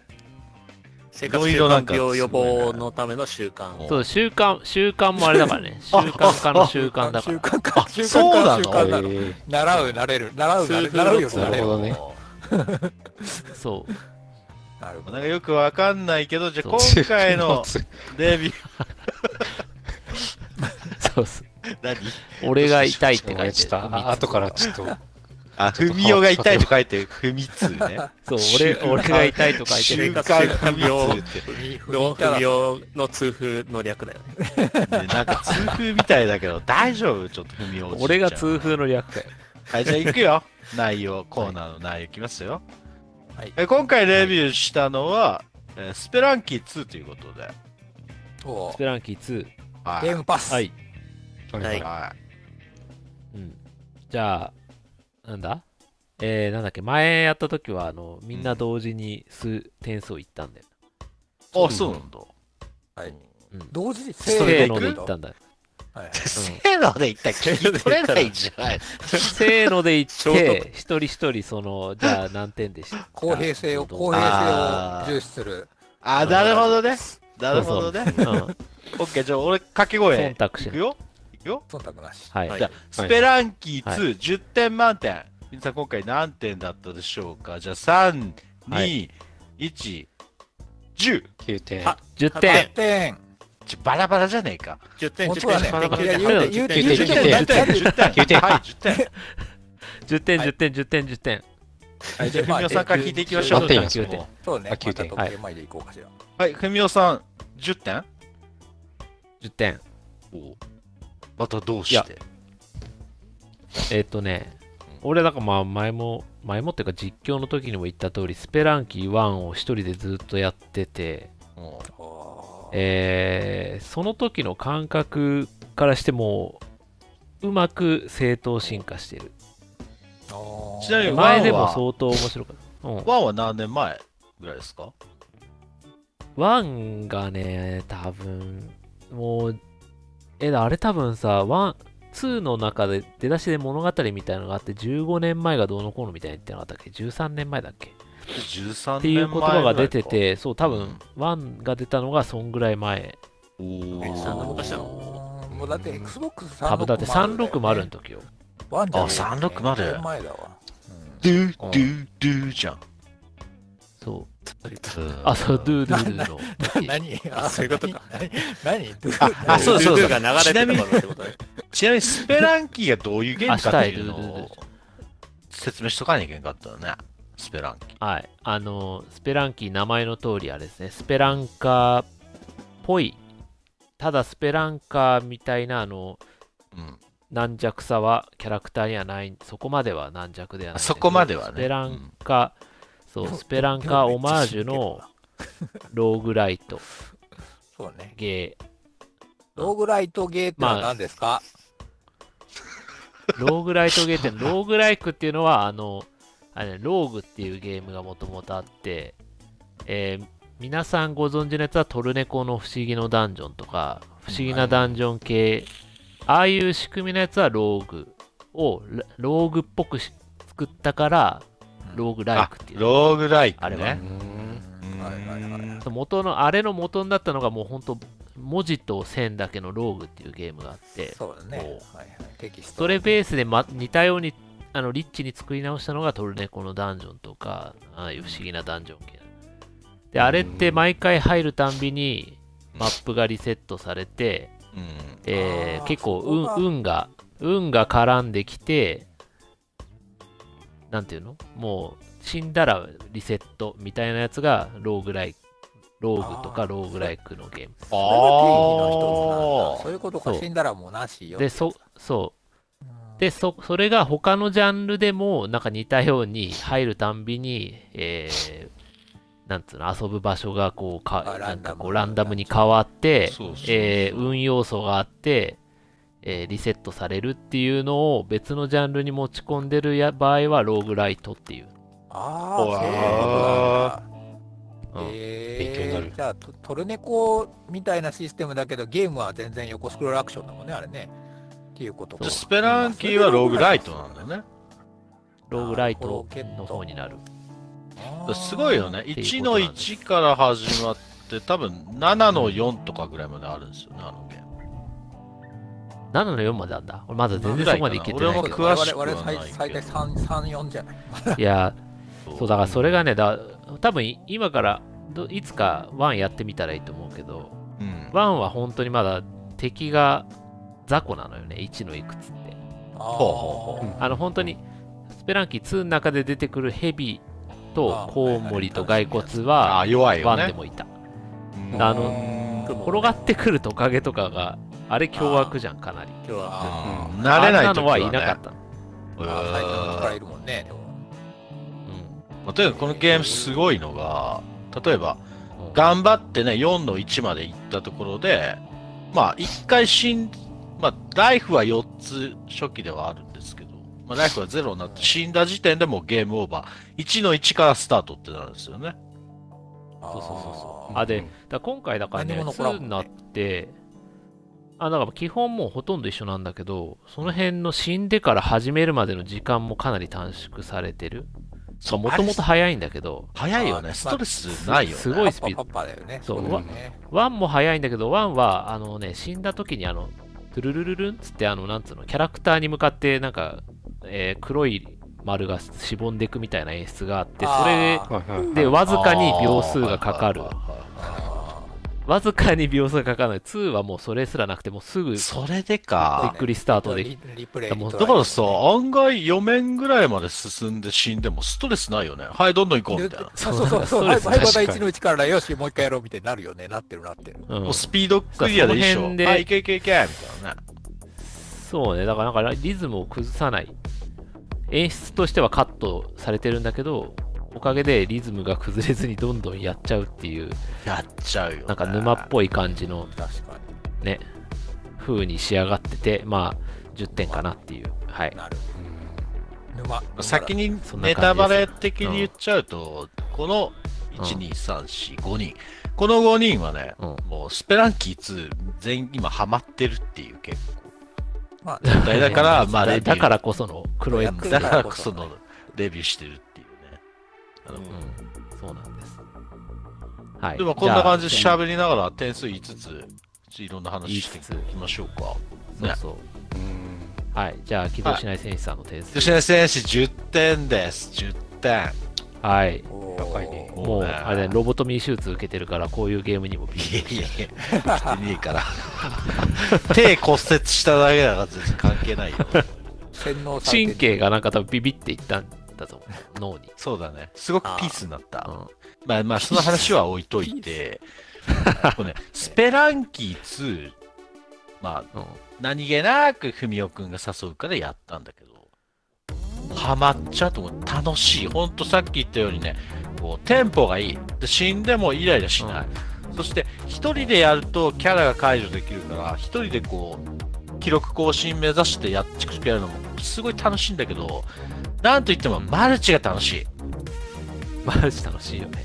生活い習ろいろなんか慣病予防のための習慣おそう、習慣、習慣もあれだから ね。習慣化の習慣だか習ら。慣か。習慣そうなか。習のえ慣なの。習う、ー、なれる。習う、なれる数分習うよの、ななれるるほ。どね。そう。なるほなんどか。よくわかんないけど、じゃあそう今回 のレビュー、そうっす。何俺が痛いって書いて俺る。ちょっとあ後からちょっとあ、ふみおが痛いと書いて、不密ね。 そう、俺、俺が痛いと書いて週る。刊不密って。の不病の痛風の略だよね。ねなんか痛風みたいだけど、大丈夫ちょっと踏み落ち俺が痛風の略だよ。はい、じゃあ行くよ。内容、コーナーの内容いきますよ。はいえ今回レビューしたのは、えースペランキー2ということで。そスペランキー2。はうゲームパス。はい。はいはいうん。じゃあ、なんだえー、なんだっけ前やった時は、あの、みんな同時に数点数を言ったんだよ。あ、そうなんだ。はいうん。同時にせーのででい言くったんだよ。はいせーので言ったら聞き取れないじゃ ない。せーので言っ聖徳て、一人一人、その、じゃあ何点でした 公平性を、公平あー性を重視する。あ、なるほどね。なるほどね。そうそううん。オッケー、じゃあ俺、掛け声。忖度しいないくよ。いくよ。忖度なし。はい。はいじゃあ、スペランキー2、10点満点。皆さん、今回何点だったでしょうかじゃあ、3、は2、1、10。 9点あ10点。点。ちょバラバラじゃねえか。 10点、10本当だね点、いや10言う点、て10言う点、て10点。 10 10点点、10点。はい、10点。10点はい10点、10点、10点、10点。はい、じゃあ文雄さんから聞いていきましょう。 10点じゃあもそうね。あま九た点時計前でいこうかしら。うはい、文雄さん、10点10点。またどういしやてえっ、とね、俺なんかまあ前も、前もっていうか実況の時にも言った通り、スペランキー1を一人でずっとやってて、うんおーえーその時の感覚からしてもう、うまく正当進化してる。おーちなみに前でワンもは相当面白かった。うん。ワンは何年前ぐらいですか1がね、多分、もう、え、あれ多分さ、1、2の中で出だしで物語みたいなのがあって15年前がどうのこうのみたいな言ってなかったっけ ?13 年前だっけ ?13 年前。っていう言葉が出て。て、そう、多分、ワンが出たのがそんぐらい前。おえそんなーことしたもうだって XBOX 多分、だって360あるんん時よ。ワンじゃねえあ360だいぶ前だわ。ドゥドゥドゥじゃん。そう。うんあ、そう、ドゥドゥドゥの時。何 あそういうことか。何何どういうああそうだそうだルールが流れてるからってことね。ちなみにスペランキーがどういうゲームかっていうの明日へルールを説明しとかなきゃいけなかったよね。スペランキー。はい。あの、スペランキー、名前の通りあれですね、スペランカーっぽい。ただ、スペランカーみたいな、あの、うん。軟弱さはキャラクターにはない、そこまでは軟弱ではない。そこまではねスペランカー、そう、スペランカーオマージュのローグライト、そうね。ゲー、ローグライトゲーってのは何ですかローグライトゲーって、ローグライクっていうのは、あの、あれね、ローグっていうゲームがもともとあって、えー皆さんご存知のやつはトルネコの不思議のダンジョンとか、不思議なダンジョン系、ああいう仕組みのやつはローグを、ラローグっぽくし作ったから、ローグライあクって、いう。ローグライトあれはね。うんはいはいはいはい。元の、あれの元になったのがもう本当文字と線だけのローグっていうゲームがあって、そうだね。はいおはい。テキスト。それベースで、ま、似たようにあのリッチに作り直したのがトルネコのダンジョンとか、ああいう不思議なダンジョン系。で、あれって毎回入るたんびにマップがリセットされて、ううん。えーあー結構そこが運運が運が絡んできてなんていうのもう死んだらリセットみたいなやつがローグライローグとあかーローグライクのゲームそれが定義あの一つなんだ。そーういうことか、そう死んだらもうなしよ。でそそううんでそそれが他のジャンルでもなんか似たように入るたんびに、えーなんつうの遊ぶ場所がこうかあなんかこうラランダムンダムに変わってそうそうそうえー運要素があって、えーリセットされるっていうのを別のジャンルに持ち込んでるや場合はローグライトっていう、ああ、そういうほらことなんだ。うん勉強になえるー、じゃあトトルネコみたいなシステムだけどゲームは全然横スクロールアクションだもんねあれねっていうことかスペランキーはローグライトなんだよね。ローグライトの方になるあだかーらすごいよね。ていう1ことなのんです1から始まって、多分7の4とかぐらいまであるんですよね、あのゲーム。 7の4までなんだ俺まだ全然そこまでいけてないけ俺もど詳しくは我ないけど々我々最最大334じゃないいやそうだからそれがねだ多分い今からどいつか1やってみたらいいと思うけどうん。 1は本当にまだ敵が雑魚なのよね1のいくつってほうほうほうあの本当にスペランキー2の中で出てくるヘビとあコウモリと骸骨あはあ、弱いよワンでね。もいた。うんあの転がってくるトカゲとかがあれ凶悪じゃんかなり。今日はあーあ慣れないんな時のははねいなかったの。あー最初の力ういるもんねでもうんんまあとにかくこのゲームすごいのが、例えば、うん頑張ってね、4の1まで行ったところで、まあ、1回死ん、まあ、ライフは4つ初期ではあるんですけど、まあ、ライフは0になって死んだ時点でもうゲームオーバー。1の1からスタートってなるんですよね。そうそうそうそうああで、だから今回だからね、何も残らん2になって、あだから基本もうほとんど一緒なんだけど、その辺の死んでから始めるまでの時間もかなり短縮されてる。そうもともと早いんだけど、早いよあね。ーストレスないよね。すごいスパピッードパ。パッパだよねそうだよねワンも早いんだけど、ワンは、あのね、死んだ時に、あの、トゥルルルルンっつって、あの、なんつうの、キャラクターに向かって、なんか、えー黒い丸がしぼんでいくみたいな演出があって、それあーはいはいはいで、わずかに秒数がかかるあ。ーあわずかに秒数がかかるので、2はもうそれすらなくて、もうすぐ、びっそれであか。くりスタートできリリプレイだもんだからさ、案外4面ぐらいまで進んで死んでもストレスないよね。はい、どんどん行こうみたいな。そうそうそうそうそうはでいすはいまた確かに1の1からよしもう一回やろうみたいになるよねなってるなってるうんもうスピードクリアでいいでしそょ。のは辺でい、いけいけいけみたいなね。そうね、だからなんかリズムを崩さない。演出としてはカットされてるんだけど、おかげでリズムが崩れずにどんどんやっちゃうっていう、やっちゃうよ、ね。なんか沼っぽい感じの確かね、風に仕上がってて、まあ、10点かなっていう。はいに。なる沼先ににそんな感じでネすタバレ的に言っちゃうと、この1、2、3、4、5人。この5人はね、うんもうスペランキー2全員今ハマってるっていう結まあ構。だから、まあレ だビュだー。からこその黒い、うやんっ、だからこそのレビューしてるっていうね。あのそうなんです。はい。でもこんな感じでゃあ喋りながら点数5つ、いろんな話していきましょうか。そうねそう。うんはい。じゃあ、起動しない選手さんの点数。吉田選手10点です。10点。はい。高いねもう、ねあれね、ロボトミー手術受けてるから、こういうゲームにもびっくりいやいやいや、してねえから。 手骨折しただけだから全然関係ないよ。 洗脳されてる神経がなんか多分ビビっていったんだと思う、脳に。そうだね。すごくピースになった。うんまあまあ、その話は置いといて、こうね、スペランキー2、まあ、うん何気なく文雄くんが誘うからやったんだけど、ハマっちゃうと思う。楽しい。ほんとさっき言ったようにね、こう、テンポがいい。で死んでもイライラしない。そして、一人でやるとキャラが解除できるから、一人でこう、記録更新目指してやっちくちくやるのもすごい楽しいんだけど、なんといってもマルチが楽しい。マルチ楽しいよね。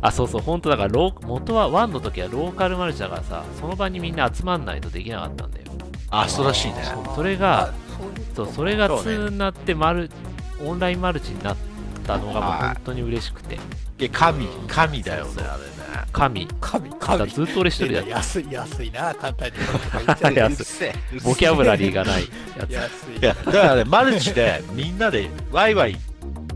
あ、そうそう、本当だからロー、元は1の時はローカルマルチだからさ、その場にみんな集まんないとできなかったんだよ。あ、そうらしいね。それあが、そういうそうそれが2になってマル、オンラインマルチになったのがもう本当に嬉しくて、いや神、神だよね、あれね。神、神だから神ずっと俺一人だっ安い安いな簡単に言っ ちゃう安いうっせえた。ボキャブラリーがないやつ。安いいや、だからね、マルチでみんなでワイワイ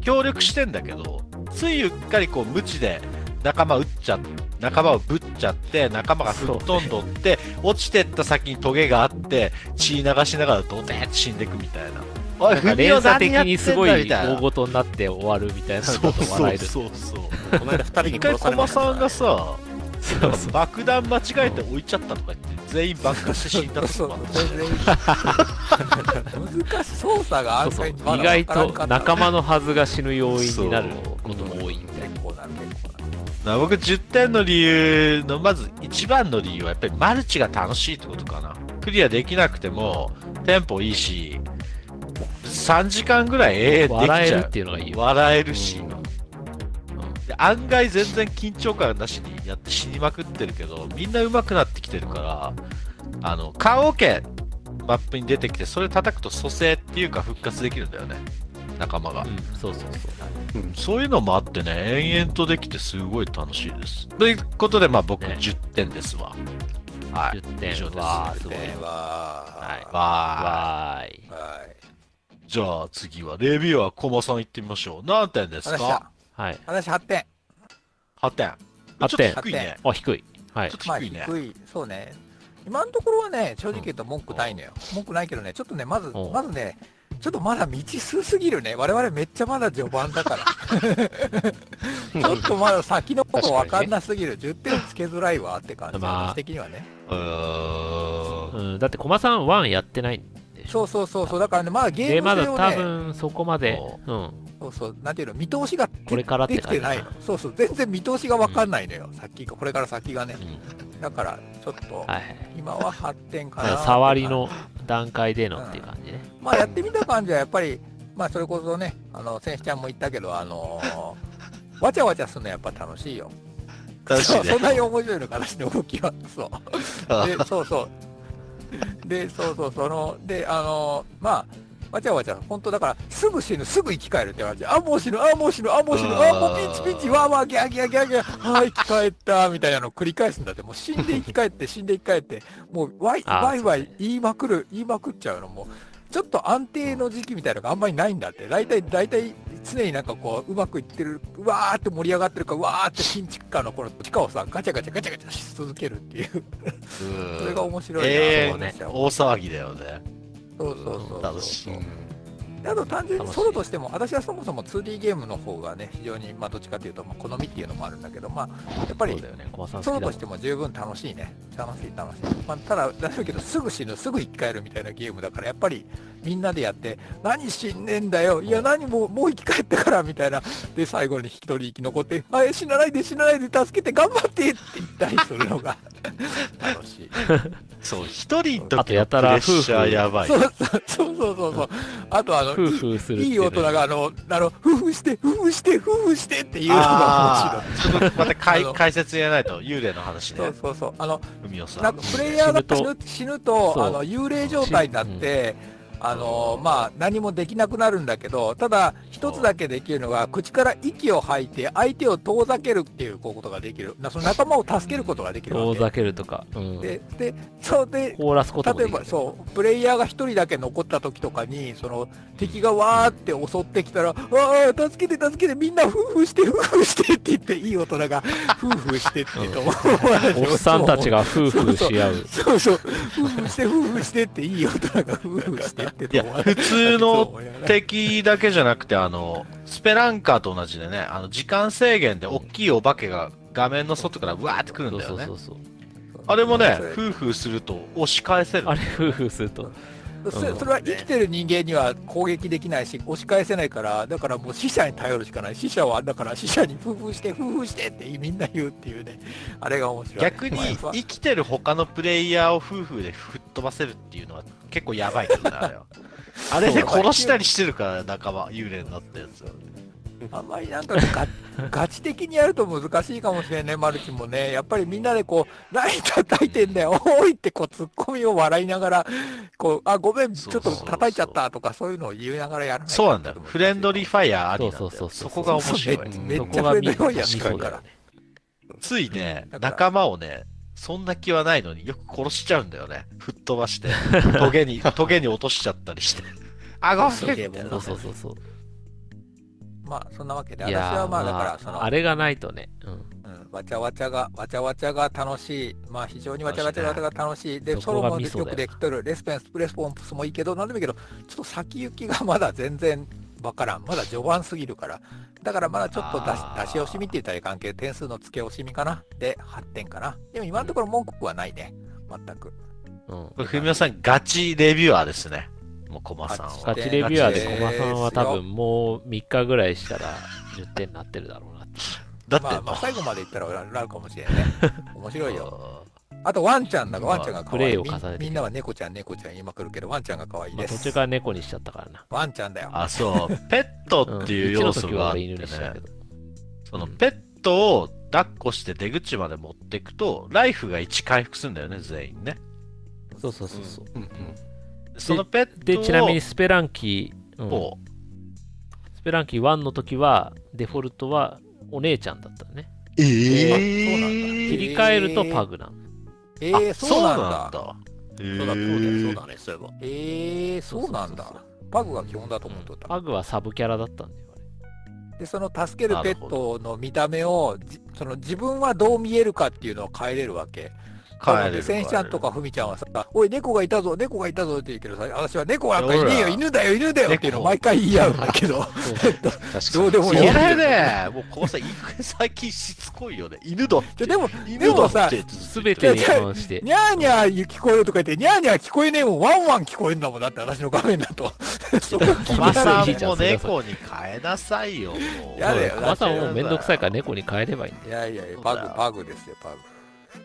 協力してんだけど、ついうっかりこう無知で仲間撃っちゃって仲間をぶっちゃって仲間が吹っ飛んどって落ちてった先にトゲがあって血流しながらドテーって死んでいくみたいな。おい、なんか文連雄鎖何的やってにんすだごいみたい大な。ごとになって終わるみたいなのそうだとそ笑えうる。そうそう。この間二人一に回殺され駒ましたかさらんねがさ爆弾間違えて置いちゃったとか言って全員爆破して死んだとそうか全然難しい操作があそんうそうま意りまだ分からん外かとったな仲間のはずが死ぬ要因になるそうことも多いみたい結構なる結構なるな僕10点の理由のまず一番の理由はやっぱりマルチが楽しいってことかなクリアできなくてもテンポいいし3時間ぐらい永遠できちゃう笑えるっていうのがいいよ笑えるし、で案外全然緊張感なしにやって死にまくってるけどみんな上手くなってきてるからあの棺桶マップに出てきてそれ叩くと蘇生っていうか復活できるんだよね仲間が、な。うん、そうそうそう。そういうのもあってね延々とできてすごい楽しいですということでまあ僕ね10点ですわ、はい10以上点ですはすごい。ではわわーい。はいーいじゃあ次はレビューは駒さん行ってみましょう何点です私かははい。私8点8点8点ちょっと低いねあ、低い。はいちょ。まっとあ低いね、低いそうね今のところはね正直言うと文句ないのよ、文句ないけどねちょっとねまずうんまずねちょっとまだ未知数すぎるね我々めっちゃまだ序盤だからち ょっとまだ先のこと分かんなすぎる、10点つけづらいわって感じ、まあ私的にはねうーんうん、だって、駒さん1やってないんでしょ。そうそうそうそうだからねまあゲで、ームま性だを多ね、分そこまで、うん、そうそうなんていうの見通しがこれからってでき感てじかないのそうそう全然見通しが分かんないのよ、先これから先がねうんだからちょっとはいはい。今は8点かまなだ触りの段階でのっていう感じね。まあやってみた感じはやっぱり、まあそれこそね、あの、選手ちゃんも言ったけど、あの ーわちゃわちゃするのやっぱ楽しいよ。楽しいそうねそんなに面白いのか私の動きは。そう。 で、そうそう。で、そうそう、その、で、あのーまあ、わちゃわちゃ、本当だから、すぐ死ぬ、すぐ生き返るって感じ。あ、もう死ぬ、あ、もう死ぬ、あ、もう死ぬ、あーあ、もうピンチピンチ、わーわー、ギャーギャーギャーギャー、はー、生き返った、みたいなのを繰り返すんだって、もう死んで生き返って、死んで生き返って、もうワイ、あーワイワイ言いまくる、言いまくっちゃうのも、ちょっと安定の時期みたいなのがあんまりないんだって。大体、大体、常になんかこう、うまくいってる、うわーって盛り上がってるか、うわーってピンチかのこの地下をさ、ガチャガチャガチャガチャし続けるっていう。うんそれが面白いな永と思遠いましたよ大騒ぎだよね。そうそうそう。楽しい。であと単純に楽しいソロとしても、私はそもそも 2D ゲームの方がね、非常に、まあ、どっちかというと、まあ、好みっていうのもあるんだけど、まあ、やっぱそうりだ、よね、駒さんソ好ロきだともしても十分楽しいね。楽しい、楽しい。まあ、ただ、だけど、すぐ死ぬ、すぐ生き返るみたいなゲームだから、やっぱり、みんなでやって、何死んねんだよ、いや、何もう、もう生き返ったから、みたいな。で、最後に一人生き残って、あ、え死なないで、死なないで、助けて、頑張ってって言ったりするのが、楽しい。そう、一人の時のあとプやたらレッシャーやばい そ。うそうそうそうそうそう。あと、あの、ん。夫婦するっていいいうの大人が、あの、あの、夫婦して、夫婦して、夫婦してっていうのがあーちょっとまたあ解の解説やらないと幽霊の話面白い。そう、ねそうそう。あの、海をなさんか。プレイヤーが死死ぬぬ死ぬとそうあの幽霊状態になって、あのまあ、何もできなくなるんだけどただ一つだけできるのが口から息を吐いて相手を遠ざけるっていうことができるなその仲間を助けることができる遠わざけるとか、うん、けででそうで凍らすことも例でえきるばそうプレイヤーが一人だけ残った時とかにその敵がわーって襲ってきたら「わー助けて助けてみんな夫婦して夫婦して」って言っていい大人が「夫婦して」って言うと思うおっさんたちが夫婦し合うそうそう、夫婦して、夫婦してって、いい大人が夫婦してって いや、普通の手敵だけじゃなくて、あの、スペランカーと同じでね、あの、時間制限で大きいお化けが画面の外からわーってくるんだよねそう。そうそうあれもねそ、れ夫婦すると押し返せるあ。れ夫婦するとそそれは生きてる人間には攻撃できないし、押し返せないから、だからもう死者に頼るしかない。死者は、だから死者に夫婦して、夫婦してってみんな言うっていうね、あれが面白い。 逆にまあやっぱ生きてる他のプレイヤーを夫婦で吹っ飛ばせるっていうのは結構やばいけどねあ れはあれで殺したりしてるから仲間幽霊になったやつはあんまりなんかガ ガチ的にやると難しいかもしれんね、マルチもね。やっぱりみんなでこう、何叩いてんだよ、おいってこう、ツッコミを笑いながら、こう、あ、ごめん、ちそょうっそうとそう叩いちゃったとか、そういうのを言いながらやる。そうなんだよフレンドリーファイヤーありなんだそうそようそうそうそこが面白いそうねめっそちこゃがフレンド見リーファイヤ見ーそ見るうかだよらね。ついねだから仲間をねそんな気はないのによく殺しちゃうんだよね吹っ飛ばして トゲにトゲに落としちゃったりしてあごそうめんみたいなゲームそのうそうそうそうまあ、そんなわけで、い私やはーまあ、だまから、あその、あれがないとね、うん、うん、わちゃわちゃが、わちゃわちゃが楽しい。まあ非常にわちゃわちゃが楽しい。で、そソこロがもミよソだよくできとる。レスペンス、プレスポンプスもいいけど、なんでもいいけど、ちょっと先行きがまだ全然わからん。まだ序盤すぎるから。だからまだちょっと出しあー出し惜しみって言ったらいかんけど、点数の付け惜しみかな。で、8点かな。でも今のところ文句はないね。全く。うんこれ、ふみおさん、ガチレビュアーですね。もう、コマさんガは。チレビュアーで駒さんは多分もう3日ぐらいしたら10点になってるだろうなって。だって、まあまあ最後まで言ったらなるかもしれんね。面白いよ。 よ。あとワンちゃんだが、ワンちゃんが可愛い。プレイを重ねてみんみんなは猫ちゃん、猫ちゃん言いまくるけど、ワンちゃんが可愛いまあ、で途中す。から猫にしちゃったからな。ワンちゃんだよ。あ、そう。ペットっていう要素があってうん一の時は俺犬にしたねけ。どそのペットを抱っこして出口まで持ってくと、ライフが1回復するんだよね、全員ね。そうそうそうそう。うんうん。そのペットをで、ちなみにスペランキー、うんこうスペランキー1の時は、デフォルトはお姉ちゃんだったね。そうなんだ切り替えるとパグナン。えあー、そうなんだ。そうそうなんだ。だ、そうだね、そうだね、そういえば。えー、そうなんそうそだうそ。パグが基本だと思っとった。パグはサブキャラだったんだよ。あれで、その助けるペットの見た目を、じその自分はどう見えるかっていうのを変えれるわけ。帰で、る。センシちゃんとかふみちゃんはさ、おい、猫がいたぞ、猫がいたぞって言うけどさ、私は猫なんかいねえよ、ほら犬だよ、犬だよっていうのを毎回言い合うんだけど、確かどうに。でもそいい。れね、もうこのさ、最近しつこいよね。犬だって。ででも、犬だっでて。すべてに関して。にゃーにゃー聞こえるとか言って、にゃーにゃー聞こえねえもん、ワンワン聞こえんだもんだって私の画面だと。そこ気にマなさるんねも猫に変えなさいよ。もうやだよコマさんもうめんどくさいから猫に変えればいいんだよ。いやいやいや、パグ、パグですよ、パグ。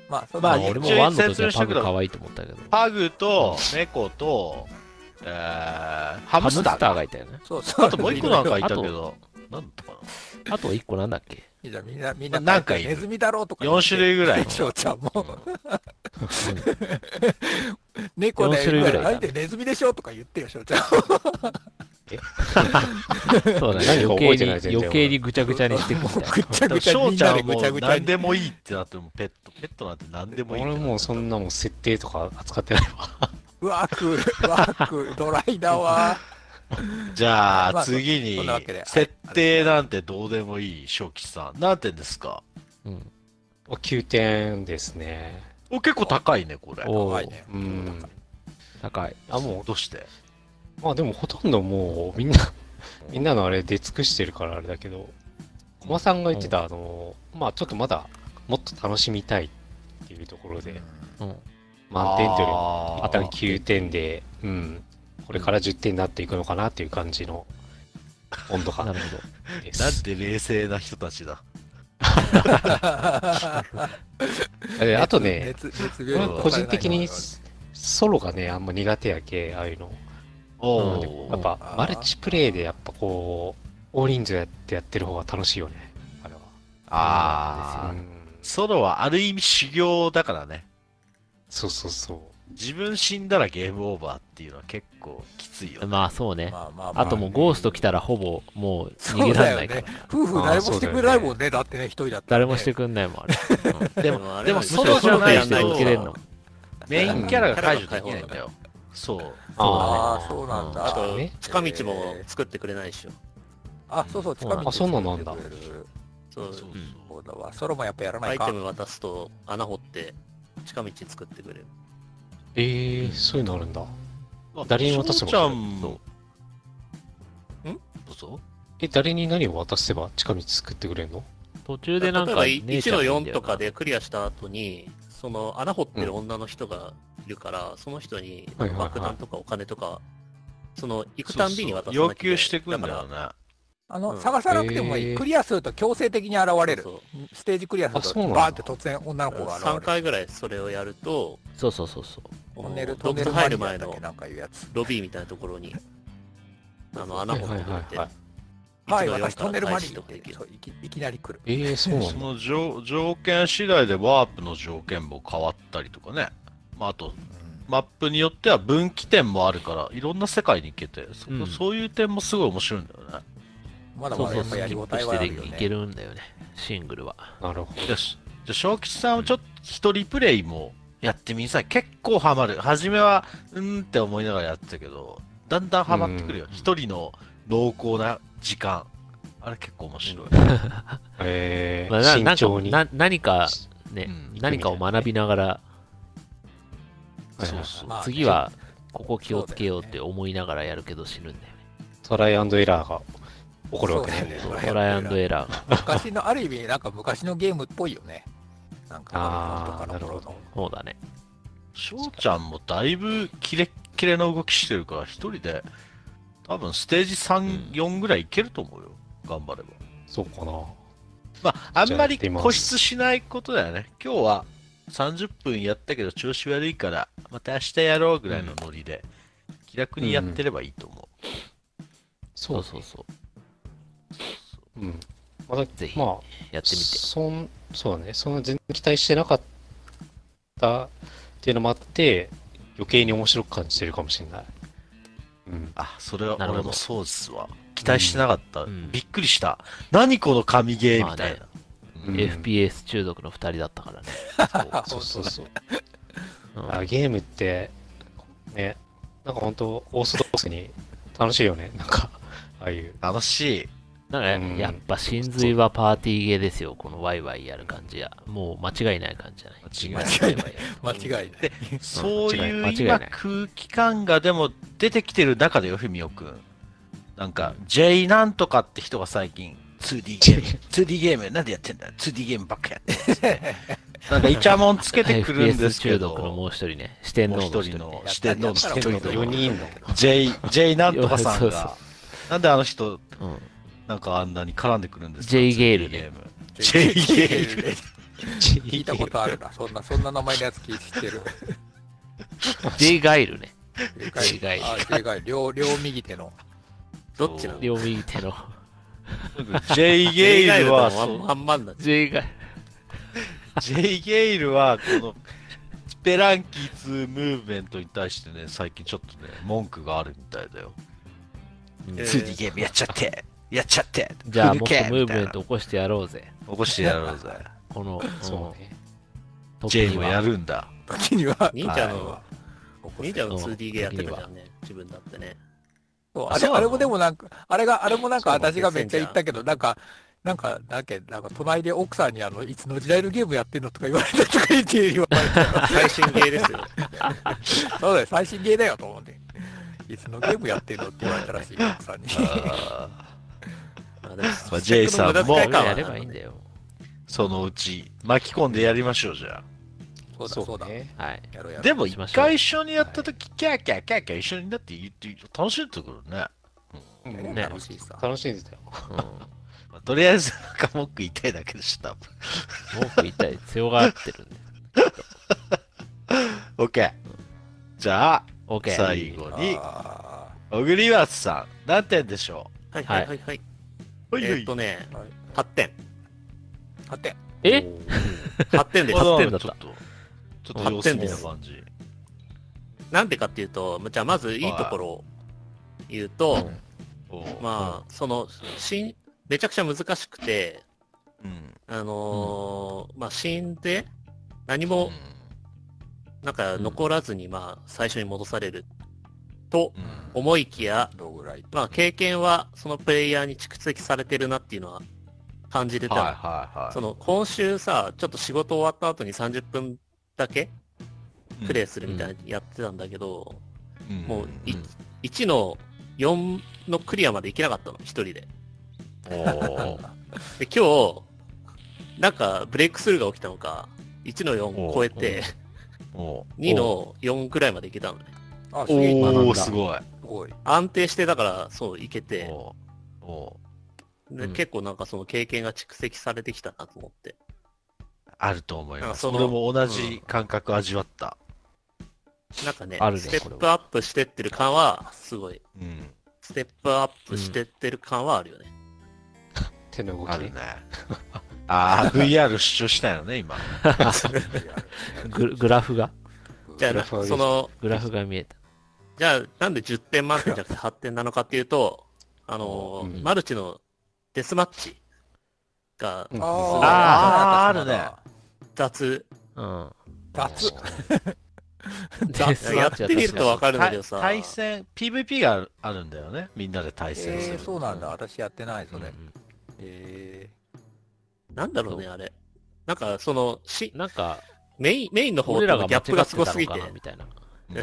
まあ、そんまなあまあ俺も一応1の時は説明しパてくグれ可愛いと思ったけど。パグと猫と、えー、ハハムムススターターか。がいたよね。そうそう。あともう一個なんかいたけど、なんだったかな。あと1個なんだっけいやみんな、みんな、まあなんかいるネズミだろうとか言って。 4種類ぐ らい。ちょうちゃんも、うん 猫だ四種類よ、ぐらいだなんでネズミでしょとか言ってよ、しょうちゃん。そうだね。何余か覚計えてに、ない全然余計にぐちゃぐちゃにしてくみたいな。ぐちゃぐちゃ翔に、みんちゃなんでぐはもちゃうぐちゃ何に。でもいいってなってもうペットペットなんて何でもいいってな俺ってもうそんなもん設定とか扱ってないわ。うわく、うわく、ドライだわ。じゃあ、まあそ次にそんなわけではい設定なんてどうでもいい正吉さん何点ですかうんお9点ですね。お結構高いねこれお怖いーね。うん。高い。あもうどうしてまあでもほとんどもうみんな、 みんなのあれ出尽くしてるからあれだけど、駒さんが言ってたあの、まあちょっとまだもっと楽しみたいっていうところで、うん。満点というよりもあーあたり9点で、うん、これから10点になっていくのかなっていう感じの温 度な感るほど。でなんす。て冷静な人たちだえあとね、 熱、熱俺病うん個人的にとかソロがね、あんま苦手やけ、ああいうの。おなんでーやっあぱーマルチプレイでやっぱこう、大人数やってやってる方が楽しいよね、あれは。あうーんソロはある意味修行だからねそうそうそう。自分死んだらゲームオーバーっていうのは結構きついよねまあそうね。まあまあまあともうゴースト来たらほぼもう逃げられないからな。夫婦誰もしてくれないもんね、だってね、一人だったらね。誰もしてくんないもん、あれ。ででももあれでもむしソろロじゃなやいんないとと生きれんの。メインキャラが解除できないんだよそうああ、そうなんだ。ああと、とね、近道も作ってくれないでしょ。あ、そうそう、近道あそうなんだ作ってくれるそそうそうう、そうだわ。ソロもやっぱやらなアいイテか。ム渡すと穴掘って近道作ってくれる。ええー、そういうのあるんだ。まあ誰に渡す翔のちゃんもそうんどうぞえ、誰に何を渡せば近道作ってくれるの途中例でえなんばか、 1の4とかで。でクリアした後に、その穴掘ってる女の人がいるから、その人にはいはいはい爆弾とかお金とか、その行くたんびにそ渡うすそう要求してくんだよねあの、うん探さなくてもいへい。ークリアすると強制的に現れる。ステージクリアするあそうなと、んだバーって突然女の子が3現れる。回ぐらいそれをやると、そうそうそうそう。トンネル、ト洞ンネ窟ル入入るる前前だっのけなんかいうやつ。ロビーみたいなところに、あの、穴掘ってくれて、はい、一の私四かトらンネルマ開リ始ーとっかできてるそういきいきなり来る。ええー、そうなそんだ。の条条件次第でワープの条件も変わったりとかね、まあ、あとマップによっては分岐点もあるからいろんな世界に行けてそ,、うんそういう点もすごい面白いんだよねまだそうまだそやっぱやう、スキりッごプたえしはてあでるよいけね。るんだよね。シングルは。なるほど。よしじゃあ小吉さんはちょっと一人プレイもやってみなさい結構ハマる初めはうーんって思いながらやってたけどだんだんハマってくるようん一、人の濃厚な時間ああれ結構面白い。えーまあな慎重に。なんかな何かね、うん何かを学びながら、はいそうそうまあ次はここ気をつけようって思いながらやるけど死ぬんだよね。トライアンドエラーが起こるわけないんだよそうだねね。トライアンドエラーが。昔の、ある意味、なんか昔のゲームっぽいよね。なんか、あーファミコンとかの頃のなるそうだね。翔ちゃんもだいぶキレッキレの動きしてるから、一人で多分ステージ3、うん4ぐらいいけると思うよ。頑張れば。そうかな。まあ、あんまりじゃあやってみます固執しないことだよね。今日は30分やったけど調子悪いから、また明日やろうぐらいのノリで、気楽にやってればいいと思う。そそうう。そうそうん。まだ、ぜひまあ、う。やってみて。そんそうだね、その全然期待してなかったっていうのもあって、余計に面白く感じてるかもしれない。うん。あ、それはなるほ俺どもそうですわ。期待してなかった。うんびっくりした。何この神ゲーみたいな。うん FPS 中毒の2人だったからね。あ そうそうそう。うんあゲームって、ね、なんか本当オーソドックスに楽しいよね、 なんか、ああいう。楽しい。なんかうんねやっぱ真髄はパーティーゲーですよ、このワイワイやる感じや。もう間違いない感じじゃない。。間違いない間違いない。そういう間今違い間違いない空気感がでも出てきてる中でよ、ふみおくん。なんか、J なんとかって人が最近、2D ゲーム、2D ゲーム、なんでやってんだ ?2D ゲームばっかやってますねなんか、イチャモンつけてくるんです FPS け中ど毒、のもう一人ね、四天王の一人もうね一人の。四天王の一人やったら4人の。 J、J なんとかさん そうそうが、なんであの人、うんなんかあんなに絡んでくるんですか J ゲールね。 2D ゲーム J ゲール。 聞いたことあるな。そんな、そんな名前のやつ聞いてる。 J ガイルね。でかい。 J ガイル。あ、でかい。両、両右手の。どっちなの両右手の。 J ゲールは、そうあんまんだ。 J ガイ J ゲイルはこのスペランキー2ムーブメントに対してね最近ちょっとね文句があるみたいだよ、ル。えー2 d ゲームやっちゃってやっちゃってじゃあ古もっけとムみーブたいメなント起こしてやろうぜ。起こしてやろうぜ この、そうね。うん J もや。るんだ時には。兄ちゃんの、兄ちゃんのうん 2D ゲーやってたじゃんね。自分だってね。そうああれそうなのあれもでもなんか、あれが、あれもなんかそうなん私がめっちゃ言ったけど、なんか、なんか、だっけ、なんか隣で奥さんにあの、いつの時代のゲームやってんのとか言われたとか言って言われ最新ゲーですよ。た。そうだよ、最新ゲーだよと思って。いつのゲームやってんのって言われたらしい、奥さんに。ああでもまあ J さんも節約の無駄遣い感はやればいいんだよ。ーそのうち巻き込んでやりましょうじゃ そうだ、そうだ。ね。はい。やろうやろう。あでもし一ましょう回一緒にやった時キャーキャーキャーキャー一緒になって言って楽しんでくるね、うんうんね楽しいさ。楽しんでたよ。うん。まあとりあえずなんか文句言いたいだけでした文句言いたい。強がってるんで。 OK じゃあ OK。最 後にあ小栗松さん何点でしょはいはいはいはい。うえーっとねはい、 8点。ー、8点。えおー8 点です。 8点だったちょっと、ちょっと様子見な感じ。なんでかっていうと、じゃあまずいいところを言うと、おあ、まあ、その、しん、めちゃくちゃ難しくて、うん。あのーまあ、死んで、何も、なんか残らずに、まあ、最初に戻される。とうん思いきや、どうぐらい。まあ、経験は、そのプレイヤーに蓄積されてるなっていうのは感じてたはいの。はいはい。その、今週さ、ちょっと仕事終わった後に30分だけうんプレイするみたいなやってたんだけど、うんもういん1の4のクリアまでいけなかったの、1人で。お ーで、今日、なんかブレイクスルーが起きたのか、1の4超えて、お2の4ぐらいまでいけたのね。あ、すげえ、学んおだー、すごい。すごい。安定して、だから、そう、いけて、おーおでうん結構なんかその経験が蓄積されてきたなと思って。ーあると思いなんまかす。その俺も同じ感覚味わった。なんかね、あるねステッこれプアップしてってる感は、すごい。うん。ステップアップしてってる感はあるよね。手の動きあるねね。 ああ、VR 主張したよね、今。ググラフが、じゃあグな、ラフはその、グラフが見えた。じゃあ、なんで10点満点じゃなくて8点なのかっていう と、あのーうんマルチのデスマッチがうんああーあるね雑、うん。雑。で雑やってみるとわかるんだけどさ、対戦、PVP があるあるんだよね。みんなで対戦すえるー、。そうなんだ。私やってない、それ。うんえー、なんだろうね、あれ。なんか、その、し、なんか、メイン、メインの方と俺らがのギ間違ャっッてプがすごすぎたて。のかなみたいな。み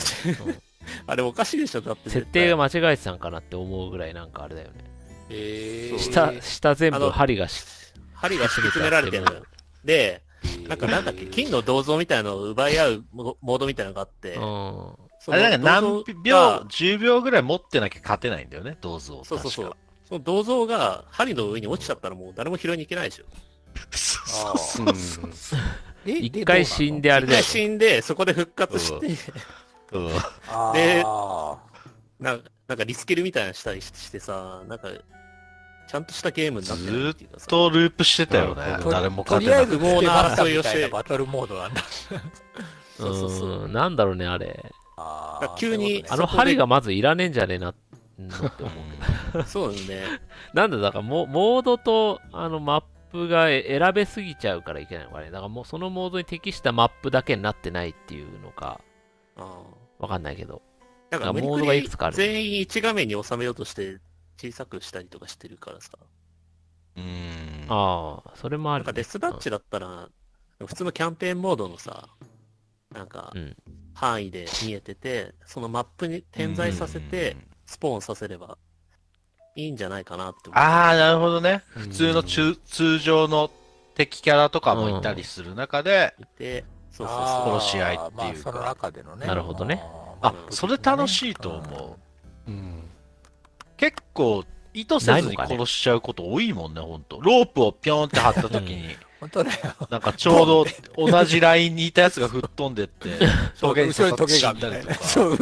あれおかしいでしょ、だって絶 対。設定が間違えてたんかなって思うぐらいなんかあれだよね。えー、下、下全あ部の針がし、針が敷き詰められてるのよ。で、なんかなんだっけ、金の銅像みたいなのを奪い合うモードみたいなのがあって、うん。そあのれなんか何銅像秒が、 10秒ぐらい持ってなきゃ勝てないんだよね、銅像。そうそうそう確か。。その銅像が針の上に落ちちゃったらもう誰も拾いに行けないでしょ。そうそううそうそう。え一回死んであれ一だよ回。死んで、そこで復活しうて、うん ででどうなのあなんかなんかリスキルみたいなのしたりしてさ、なんか、ちゃんとしたゲームになってるっていうかずっさとループしてたよなねる。ほど誰もーと勝てりなあいえずもうな勝争ていをしなかったみたいなてバトルモードなんだそうそうそううん。なんだろうね、あれ。 あだかーら急にそあういうことねの針がまずいらねえんじゃねえな。うん そうですね。なんだ、だからモ、モードとあのマップがえ選べすぎちゃうからいけないのかね。だからもうそのモードに適したマップだけになってないっていうのか、あわかんないけど。ーなんか無モードがい理くつくかあるり全員一画面に収めようとして小さくしたりとかしてるからさ。うん。ああ、それもあなる、んかデスバッチだったら、普通のキャンペーンモードのさ、なんかうん、範囲で見えてて、そのマップに点在させてうん、。スポーンさせればいいんじゃないかなって思う。ああ、なるほどね。普普通の中通常の敵キャラとかもいたりする中で、で、そうそうあーそう。殺し合いっていうかまあ、その中でのねなるほどねああ、それ楽しいと思うん。う。結構、意図せずに殺しちゃうこと多いもんね、ほんと。ロープをピョンって張った時に、本当だよなんかちょうど同じラインにいたやつが吹っ飛んでって、 トゲに後刺ろにさってトゲ死がんだりとか。そうう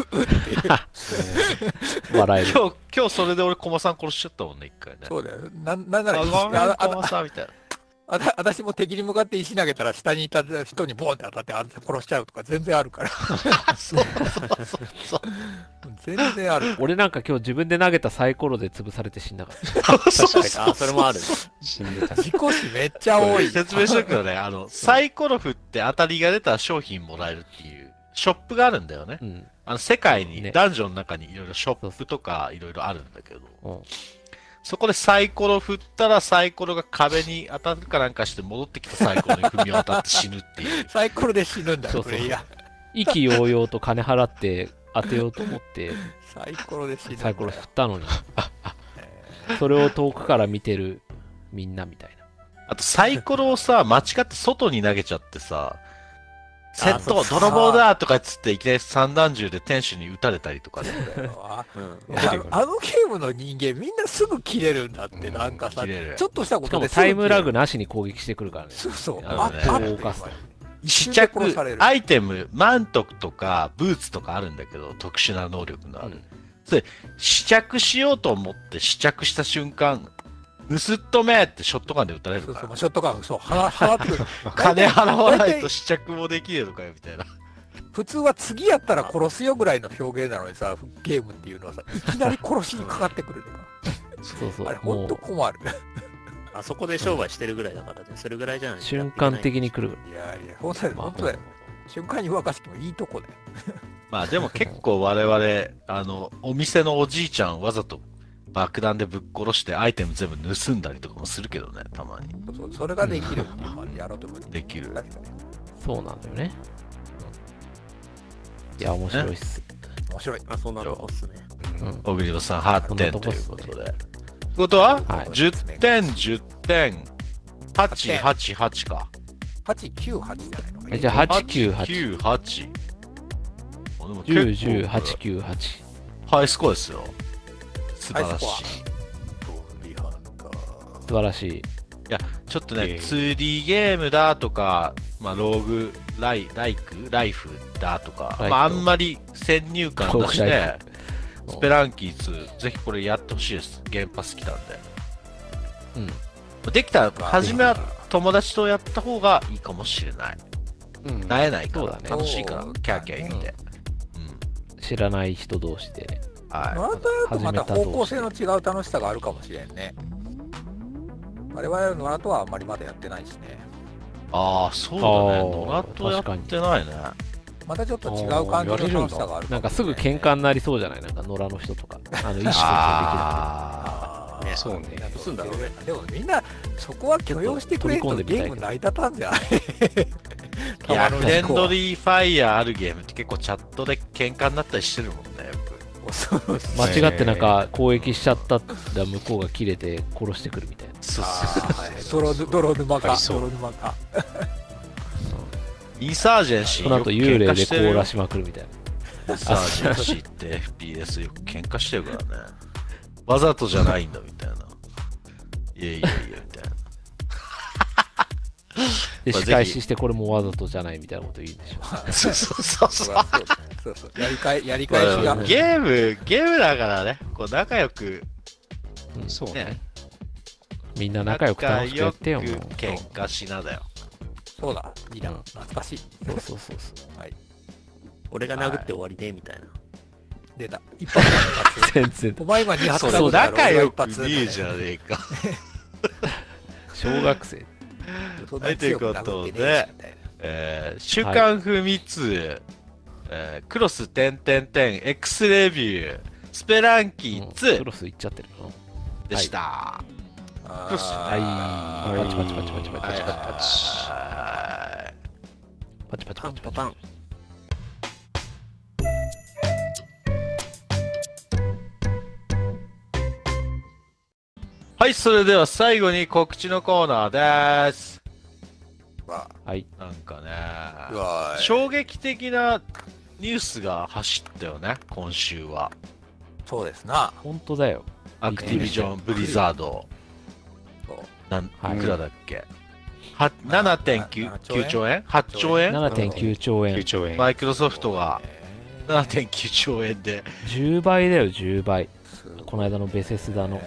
笑える。今日、今日それで俺、コマさん殺しちゃったもんね、一回ね。そうだよなんなんならあ、ごめあん、あコマさんみ たいな。あた私も敵に向かって石投げたら下にいた人にボーンって当たってあ殺しちゃうとか全然あるから そうそうそうそう。全然ある俺なんか今日自分で投げたサイコロで潰されて死んだから。確かに、あ、それもある。死んでた。自己死めっちゃ多い説明しとくけどね、あの、サイコロ振って当たりが出たら商品もらえるっていう、ショップがあるんだよね。うん。あの、世界に、ねダンジョンの中にいろいろショップとかいろいろあるんだけど、うんそこでサイコロ振ったらサイコロが壁に当たるかなんかして戻ってきたサイコロに踏み当たって死ぬって いう。サイコロで死ぬんだそうよそプうレイヤ意気揚々と金払って当てようと思って、ーサイコロで死ぬんだよサイコロ振ったのに。それを遠くから見てるみんなみたいな。あとサイコロをさ、間違って外に投げちゃってさ、窃そ盗、うそう泥棒だとかっつっていきなり散弾銃で天守に撃たれたりとかね。あうん。あのあのゲームの人間みんなすぐ切れるんだって、うんなんかさ切れるちょっとしたこしかともですぐタイムラグ切れるなしに攻撃してくるからね。そうそうあのねああ動かす試一瞬で殺され着るアイテムマントとかブーツとかあるんだけど特殊な能力のある、それ試着しようと思って試着した瞬間盗っ人めってショットガンで撃たれそるうかそうもらうショットガンそう払 払ってくる金払わな大いと体試着もできねえのかよみたいな普通は次やったら殺すよぐらいの表現なのにさゲームっていうのはさいきなり殺しにかかってくるとかそうそあれう。ほもんとう困るあそこで商売してるぐらいだからね、それぐらいじゃないと瞬間的に来る。いやいや本当だよまあ本当だよ瞬間に動かしてもいいとこだよまあでも結構我々あのお店のおじいちゃんわざと爆弾でぶっ殺してアイテム全部盗んだりとかもするけどねたまにそうそれができるっていうのはやろうと思ってできる確かにそうなんだよね。いや、面白いっす。面白いあ、そんなとこっすね。うん。小栗さん8点そんなととこっいうすこねとで。ってことは、はい10点、10点、8、8、8か。 898じゃないのかえじゃあ、8、9、8。 9、8。あでも結構10、10、8、9、8。ハイスコアですよ。素晴らしハイい。素晴らしい。ちょっとね、ええ 2D ゲームだとか、まあ、ローグライライク、ライフだとか、ライフまあ、あんまり先入観出しローグラてイ、スペランキー2、ぜひこれやってほしいです。原発来たんで。うん。できたら、初めは友達とやった方がいいかもしれない。うん。慣れないから、そうだね楽しいからそう、キャーキャー言って。うん。知らない人同士で。はなんとなくまた方向性の違う楽しさがあるかもしれんね我々の野良とはあんまりまだやってないしねい。ああ、そうだね。ドラあーとやってないね。またちょっと違う感じの楽しさがあるなんかすぐ喧嘩になりそうじゃないなんか野良の人とか。あの、意識ああーねね。そうね。どうすんだろうね。でもみんなそこは許容してくれると取り込んでゲみームたい成り立たんじゃないいや、フのレンドリーファイヤーあるゲームって結構チャットで喧嘩になったりしてるもんね、よくそうそう間違ってなんか攻撃しちゃったら向こうが切れて殺してくるみたいな。そうそう泥そ う。泥沼あかりそう泥沼かインサージェンシーその後幽霊で凍らししまくるみたいな。インサージェンシーって FPS よく喧嘩してるからね。わざとじゃないんだみたいな。いやいやいやみたいな。で、まあ仕返ししてこれもわざとじゃないみたいなこと言うんでしょ。そうそうそうそそうり。ゃそうだそうそうやりかえやり返しまがあゲーム、ゲームだからね、こう仲良く、うんそうねね。、みんな仲良く楽しくやってよ。も仲う良く喧嘩しなだよ。そうだいいなうん懐かしいそうそうそうそう。俺が殴って終わりで、みたいな。出た一発だ一 発全然。お前今2発だそう、だろ仲良く俺はね一えじゃ発ねえか。小学生。そんなに強く殴ってねえしみたいなえー、週刊不密、えークロス点点点 X レビュー、スペランキうーん2クロスいっちゃってるの。でした。あークロスはい。パチパチパチパチパチパチパチ。はパチパチパパンチパパチ。パン。いはい、それでは最後に告知のコーナーです。わはい。なんかうね、わー衝撃的なニュースが走ったよね、今週は。そうですな本当だよ。アクティビジョン・ブリザード、そうなんはいいくらだっけは ?7.9 兆円 ?8 兆円7.9兆円9。兆円。マイクロソフトが7.9兆円で。 10倍だよ、10倍。すごいこの間のベセスダの。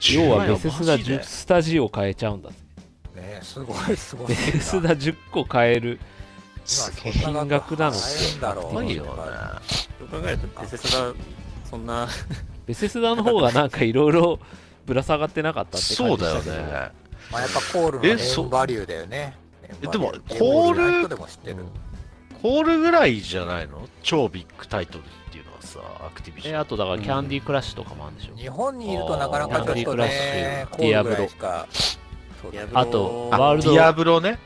10要は倍ベをセスマダジで10スタジオ変えちゃうんだぜ。ねえすごいすごいベセスダ10個変える。すげえ。今そんな額金額なの大変だろすごういよね。そう考えると、ベセスが、そんな、ベセスダの方がなんかいろいろぶら下がってなかったってそ感うじだしよたけどね。まあやっぱコールのえネそームバリューだよねえでもネームバリュコールゲーム好きな人でも知ってるうんコールぐらいじゃないの超ビッグタイトルっていうのはさ、アクティビジえョンあ。とだからキャンディークラッシュとかもあるんでしょ、日本にいるとなかなかちょっとねあコーールぐらいしかそうだねディアブロあとあワールドディアブロね。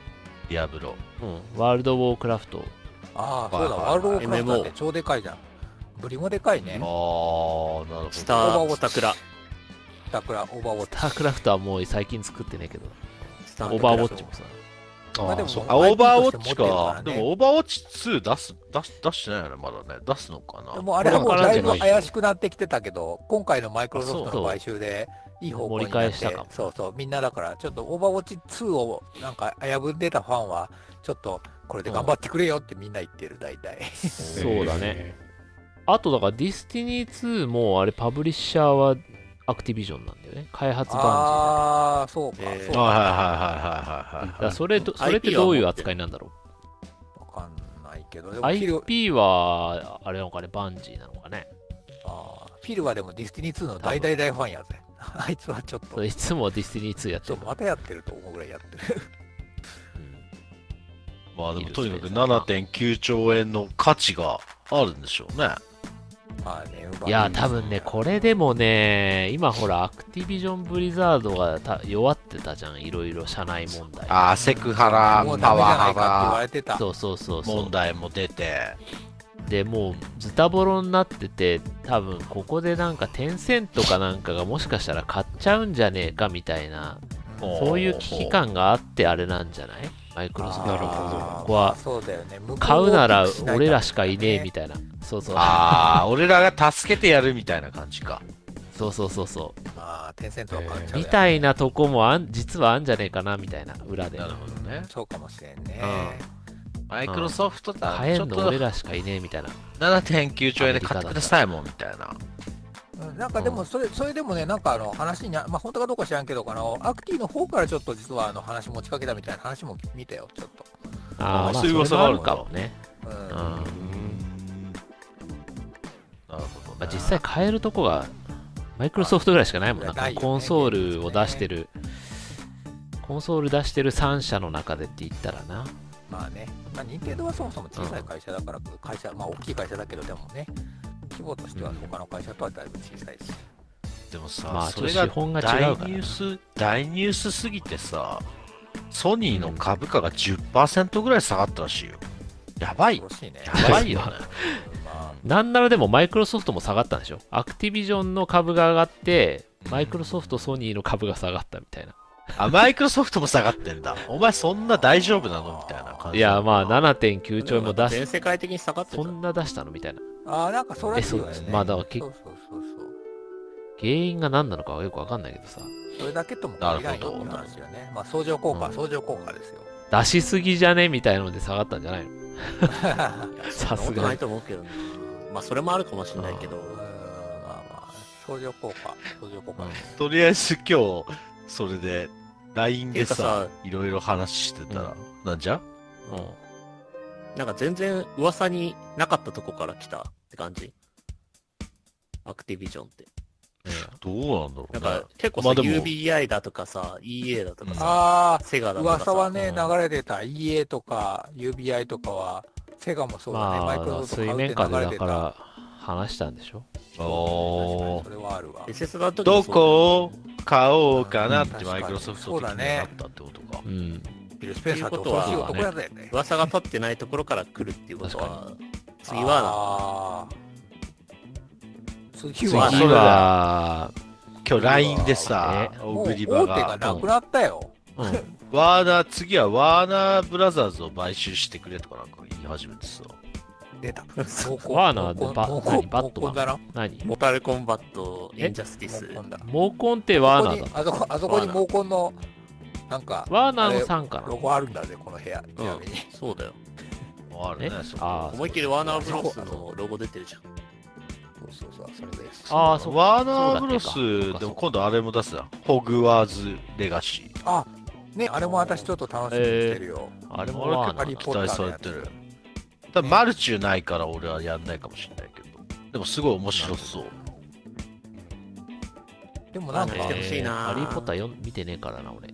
ディアブロ。うんワールドウォークラフトああそうだはいワールドオブクラフトだって MMO 超でかいじゃんブリもでかいああねー、なるほど。スター、スタクラ。タクラオーバーウォッスタークラフトはもう最近作ってねえけどスタオーバーウォッチもさまあでもああ、そうあ、オーバーウォッチ持ってるかか。らねでも、オーバーウォッチ2出す、出す、出してないよね、まだね。出すのかな。トもうあれはもうこれはだ絡いんでなぶい怪しくなってきてたけど今回のマイクロソフトのあそう買収でいい方向にな盛っり返してたかもそうそうみんなだからちょっとオーバーウォッチ2をなんか危ぶんでたファンはちょっとこれで頑張ってくれよってみんな言ってる大体そうだね。あとだからディスティニー2もあれパブリッシャーはアクティビジョンなんだよね開発バンジーだねああそうかえそうはいーかはいわはいはいはいだはからそれとうんそれってどういう扱いなんだろかんないけどでうもフィル IP はあれなのかねバンジーなのかねあーフィルはでもディスティニー2の大大大ファンやぜ あいつはちょっそとれいつもディスティニー2やってそうるからまたやってると思うぐらいやってるうんい。まあでも、とにかく7.9兆円の価値があるんでしょうね。まあねいやー多分ね、これでもね、今ほら、アクティビジョン・ブリザードがた弱ってたじゃん、いろいろ社内問題。ああ、セクハラもう、パダメじワゃなハいかって言わラれてたそうそうそうそ問う。題も出て。でもう、ズタボロになってて、多分ここでなんか、テンセントかなんかがもしかしたら買っちゃうんじゃねえかみたいな、おーそういう危機感があって、あれなんじゃないマイクロソフト。なるほどあーここはそうだよね向こうを買うなら大きくしないと俺らしかいねえみたいな。そうそう。ああ、俺らが助けてやるみたいな感じか。そうそうそうそああ、テンセントは買っちう。ゃうみやつたいなとこもあん、実はあんじゃねえかなみたいな、裏でな。るほどね。そうかもしれんね。マイクロソフトだ、買えちょんっのと俺らしかいねえみたいな。 7.9兆円で買ってくださいもんみたいな。うんなんかでもそれ、それでもね、なんかあの話にあ、まあ、本当かどうか知らんけど、あのアクティの方からちょっと実はあの話持ちかけたみたいな話も見たよ、ちょっと。あああ、まあ、そういう噂それもがああるのるかもね。うんうん。ままなるほど、あね。実際買えるとこが、マイクロソフトぐらいしかないもんなな。いよねコンソールを出してる、コンソール出してる3社の中でって言ったらな。あね、まあ、任天堂はそもそも小さい会社だから、会社、まあ、大きい会社だけど、でもね、規模としては他の会社とはだいぶ小さいし。でもさ、まあそれちょがっと資本が違う大からニュース、大ニュースすぎてさ、ソニーの株価が10%ぐらい下がったらしいよ。やばい。恐ろしいね。やばい よね。まなんならでもマイクロソフトも下がったんでしょアクティビジョンの株が上がって、マイクロソフト、ソニーの株が下がったみたいな。あ、マイクロソフトも下がってんだ。お前そんな大丈夫なのみたいな感じ。いや、まあな、 7.9兆円も出全し、世界的に下がってたそ。んな出したのみたいな。ああ、なんかそれらしいわよえそうね。まあだから結そうそうそう原因が何なのかはよくわかんないけどさ。そう。それだけとも限らないよって話よね。まあ相乗効果、うん相乗効果ですよ。出しすぎじゃねみたいなので下がったんじゃないのさすそんなことがないに。と思うけどね。まあ、それもあるかもしれないけど。うーんまあまあ、相乗効果、相乗効果です。とりあえず今日、それで、LINE っていでうかささ、、いろいろ話してたら、なんじゃうんなんか全然噂になかったとこから来たって感じ。アクティビジョンって。どうなんだろうなねん。か結構まさ、あでも UBI だとかさ、EA だとかさ、あセガあ、だとかさ。噂はね、うん流れてた EA とか UBI とかは、セガもそうだね、まマイクあ、ロソフト買う水って面下流でれだてかた。ら話したんでしょおそれはあるわ。 SS の時もどそうだよこを買おうかなっうん確てかマにイクロソフト的になったってことかう。ん。ビル・スペンサーって恐っていうことろはしい男やだよね。噂が立ってないところから来るっていうことは、次は、は次次はそれだは、今日 LINE でさ、もうオグ大リ手がバが、なくなったよ。うんワーナー、次はワーナーブラザーズを買収してくれとかなんか言い始めてさ。出 た。ワーナーでバ濃厚何バットマン濃厚だな。何モータルコンバット、インジャスティス。濃厚だ毛根ってワーナーだここにあそこ、あそこに毛根の、なんか、ワーナーの傘かなロゴあるんだぜ、この部屋。ちなみに。そうだよ。あるねえ、そこあ思いっきりワーナーブロスのロゴ出てるじゃん。そうそうそう、それです。ああ、そうワーナーブロそうだっけかス、でも今度あれも出すな。ホグワーズレガシー。あ、ね、あれも私ちょっと楽しみにしてるよ。あれも俺ワー結ナ構ーリだポ期待されてる。ただねマルチューないから俺はやんないかもしれないけど。でもすごい面白そう。でもなんかえー、してほしいなハリー・ポッターよん見てねえからな、俺。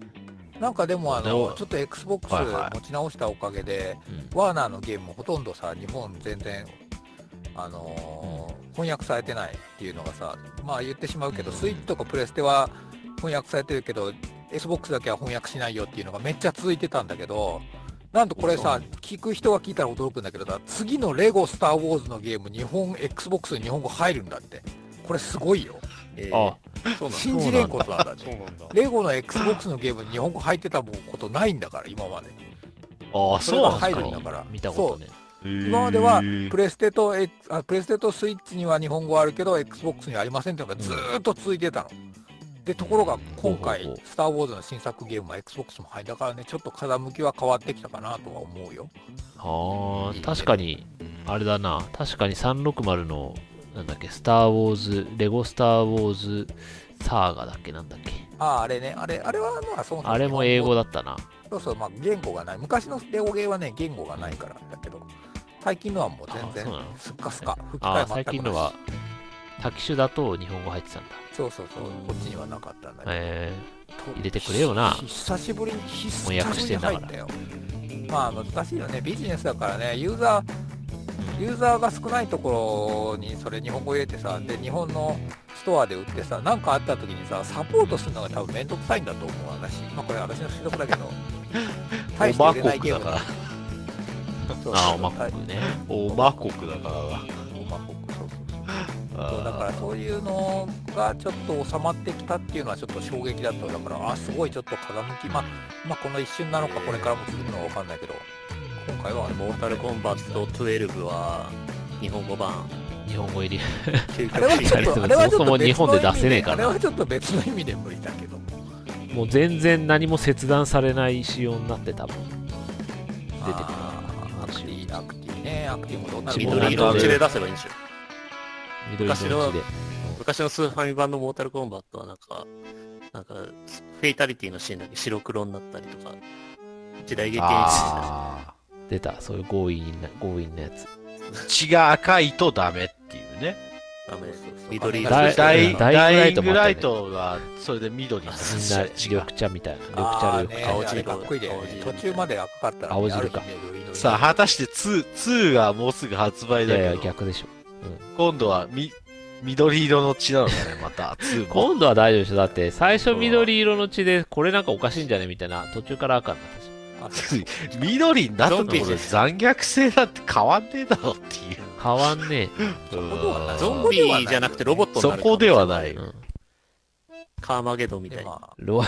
なんかでもあでもの、ちょっと XBOX はいはい持ち直したおかげで、うんワーナーのゲームもほとんどさ、日本全然、あのー翻訳されてないっていうのがさ、まあ言ってしまうけど、うんスイッチとかプレステは翻訳されてるけど、Xbox だけは翻訳しないよっていうのがめっちゃ続いてたんだけど、なんとこれさ、聞く人が聞いたら驚くんだけどさ、次のレゴスター・ウォーズのゲーム、日本、Xbox に日本語入るんだって。これすごいよ。えーあ、そうな信じれんことなんだそうね。なんだ。レゴの Xbox のゲームに日本語入ってたことないんだから、今まで。ああ、そそれうがなんだ入るんだから。見たことね。そう今まではへープレステと、えあプレステとスイッチには日本語あるけど、Xbox にはありませんっていうのがずーっと続いてたの。で、ところが今回ほうほうほ、スター・ウォーズの新作ゲームは Xbox も入るだからね、ちょっと風向きは変わってきたかなとは思うよ。ああ、確かに、あれだな。確かに360の、なんだっけ、スター・ウォーズ、レゴ・スター・ウォーズ・サーガだっけ、なんだっけ。ああ、あれね、あれ、あれはまあそもそもあれも英語だったな。そうそう、まあ言語がない。昔のレゴゲーはね、言語がないからだけど、最近のはもうあ全そう然なのすっかすか、吹き替あえ全あ、くない最近のは、タキシュだと日本語入ってたんだ。そうそうそう、こっちにはなかったんだけど。え入れてくれよなひ久しぶりに久翻訳ししぶてりに入んだからったよまあ難しいよねビジネスだからねユーザーユーザーが少ないところにそれ日本語入れてさで日本のストアで売ってさ何かあった時にさサポートするのが多分面倒くさいんだと思う私まあこれ私の推測だけど大して入れないゲームオマだそうそコうそうああ、おまこくね。オマ国だかオマコクそうそうらそうだな。からそういうのがちょっと収まってきたっていうのはちょっと衝撃だっただからあすごいちょっと風向き、まあ、まあこの一瞬なのかこれからも続くのかわかんないけど今回はモータルコンバット12は、日本語版、日本語入り。究あれは極ち進ょっ化ですとあれはちょっそもそとも日別本の意で出せ味ねでえからあれはちょっと別の意味で無理だけどもう全然何も切断されない仕様になってたもん。出てくるあーアクティアクティねアクティもどうなる緑色の血で出せばいいんでしょ。緑のうちで。昔のスーファミ版のモータルコンバットはなんか、なんか、フェイタリティのシーンだけ白黒になったりとか、時代劇演出したりあ出た、そういう強引な、強引なやつ。ー血が赤いとダメっていうね。ダメですそうそうそう緑色だダのイ血ダでイダイダイインググラライイトがそれで緑にみんな緑茶みたいな。緑茶あーの緑ね茶。緑茶あれかっこいいだよ青ね汁途中まで赤かったら青汁かある日ね緑色にさあ果たして2、2がもうすぐ発売いだやいけや、ど、逆でしょ。今度はみ緑色の血なのかね、ま た、2も。今度は大丈夫でしょだって最初緑色の血でこれなんかおかしいんじゃねみたいな途中から赤になったし 緑になったところで残虐性なんて変わんねえだろっていう。変わんねうんゾンビじゃなくてロボットにそなるかもこではなえ、い。うん、カーマゲドンみたいな。まあロ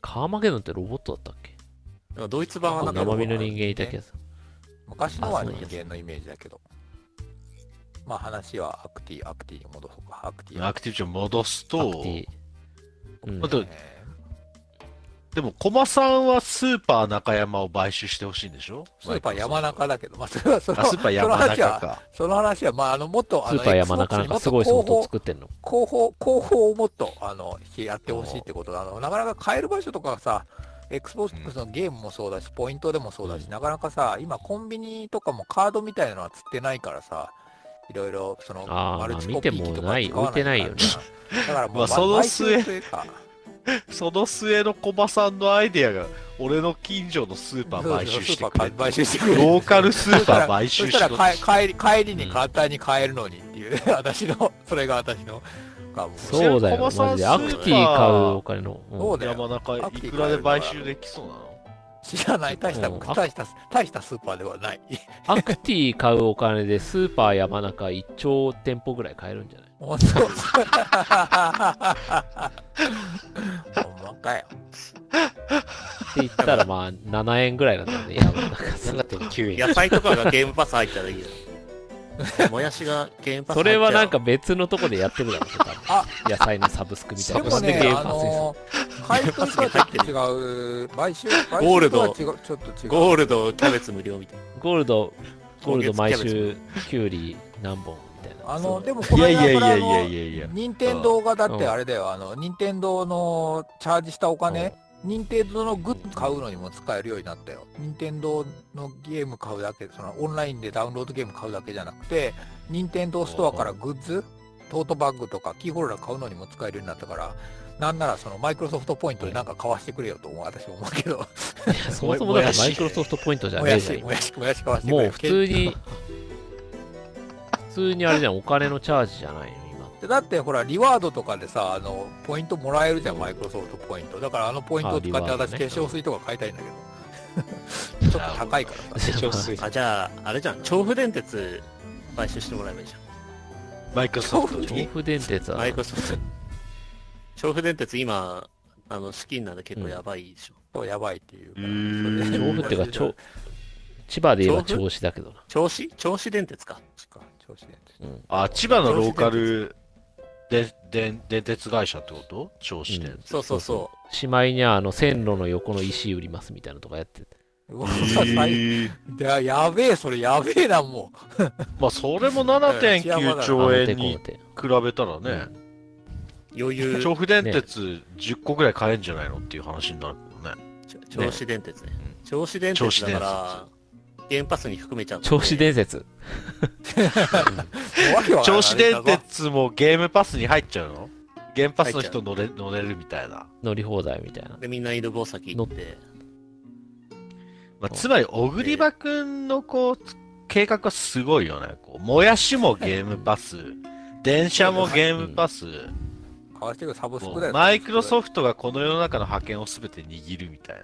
カーマゲドンってロボットだったっけなんかドイツ版はあなんか生身の人間いた気がする昔のはあそ人うなんだ間のイメージだけど。まあ話はアクティ、アクティに戻そうか。アクティ。アクティビティを戻すアと、クティ、うんあとえでも、駒さんはスーパー中山を買収してほしいんでしょースーパー山中だけど、まあそれはそのあ、スーパー山その話中は、か。その話は、まああの、もっと、あスのーパー山中なんかすごいソフトを作ってんの広報、広報をもっと、あの、やってほしいってことだ。あの、なかなか買える場所とかがさ、Xbox のゲームもそうだし、ポイントでもそうだし、なかなかさ、今コンビニとかもカードみたいなのは釣ってないからさ、いろいろ、その、あーマルチコピー機とかまあ見て使もないわ置いからな。だから もう、まあその毎週末というかその末の駒さんのアイデアが、俺の近所のスーパそうそーう買収してスーくパれー買収してくれるローカルスーパー買収そししたてらくれか帰り帰りに簡単に買えるのにっていう、 私の、それが私の、がもうそうだよ駒マさんジでスーアパークティ買うお金の、うんそうだよ山中、いくらで買収できそうなの知らない、大した、うん大した、大したスーパーではない。アクティ買うお金でスーパー山中1兆店舗ぐらい買えるんじゃない本当ほんまかよ。って言ったらまあ7円ぐ らいなんだよね山中さん7.9円野菜とかがゲームパス入ったらいいよ。もやしがゲームパ そス入っちゃうれはなんか、別のとこでやってるだろう けど多分野菜のサブスクみたでいなもとこでねゲ、ームあ発生するのー、買い取りとはちょっと違う、買収、買収とはゴールド違うちょっと違う。ゴールド、キャベツ無料みたいな。ゴールドゴールド毎今月キャベ週キュウリ何本みたいなあその、うでもこの間、これあのやいや。任天堂がだってあれだよ、あの、任天堂のチャージしたお金、任天堂のグッズ買うのにも使えるようになったよ。任天堂のゲーム買うだけ、そのオンラインでダウンロードゲーム買うだけじゃなくて、任天堂ストアからグッズ、トートバッグとかキーホルダー買うのにも使えるようになったから、なんならそのマイクロソフトポイントでなんか買わしてくれよと思う、私も思うけど、いやそもそもだってマイクロソフトポイントじゃもねえやじゃんし、もやし、もやし買わしてくれもうよ。普通に普通にあれじゃんお金のチャージじゃないの今 でだってほら、リワードとかでさ、あの、ポイントもらえるじゃん、マイクロソフトポイント。だからあのポイントを使っあてリワード私、ね化粧水とか買いたいんだけど。ちょっと高いからさ。化粧水あ、じゃあ、あれじゃん。調布電鉄買収してもらえばいいじゃマイクロソフト豆に。腐電鉄ん。はマイクロソフト。調布電鉄今、あの、資金なんで結構やばいでしょ。そう、やばいっていうか。調布っていうかちょ千葉で言えば調子だけどな銚子銚子電鉄か。そっか調子であ、千葉のローカルで、で、電鉄会社ってこと調子で。うんそうそうそしまいにはあの線路の横の石売りますみたいなのとかやっててうわ最でやべえ、それやべえな、もまあ、それも7.9兆円あのに手こ比べたらね、う。余裕。調布電鉄10個ぐらい買えんじゃないのっていう話になるけどね。ちょ銚子電鉄ね。銚子電銚鉄子だ電から、ゲームパスに含めちゃうう。調子伝説う。わけわからん銚子電。鉄もゲームパスに入っちゃうのゲームパスの人乗れ乗れるみたいな。乗り放題みたいなで、みんな井戸坊崎行って。まあ、つまり、小栗場くんのこう、計画はすごいよね。こう、もやしもゲームパス、電車もゲームパス、買わしてくれ、サブスもクだうよ。マイクロソフフトがこの世の中の覇権を全て握るみたい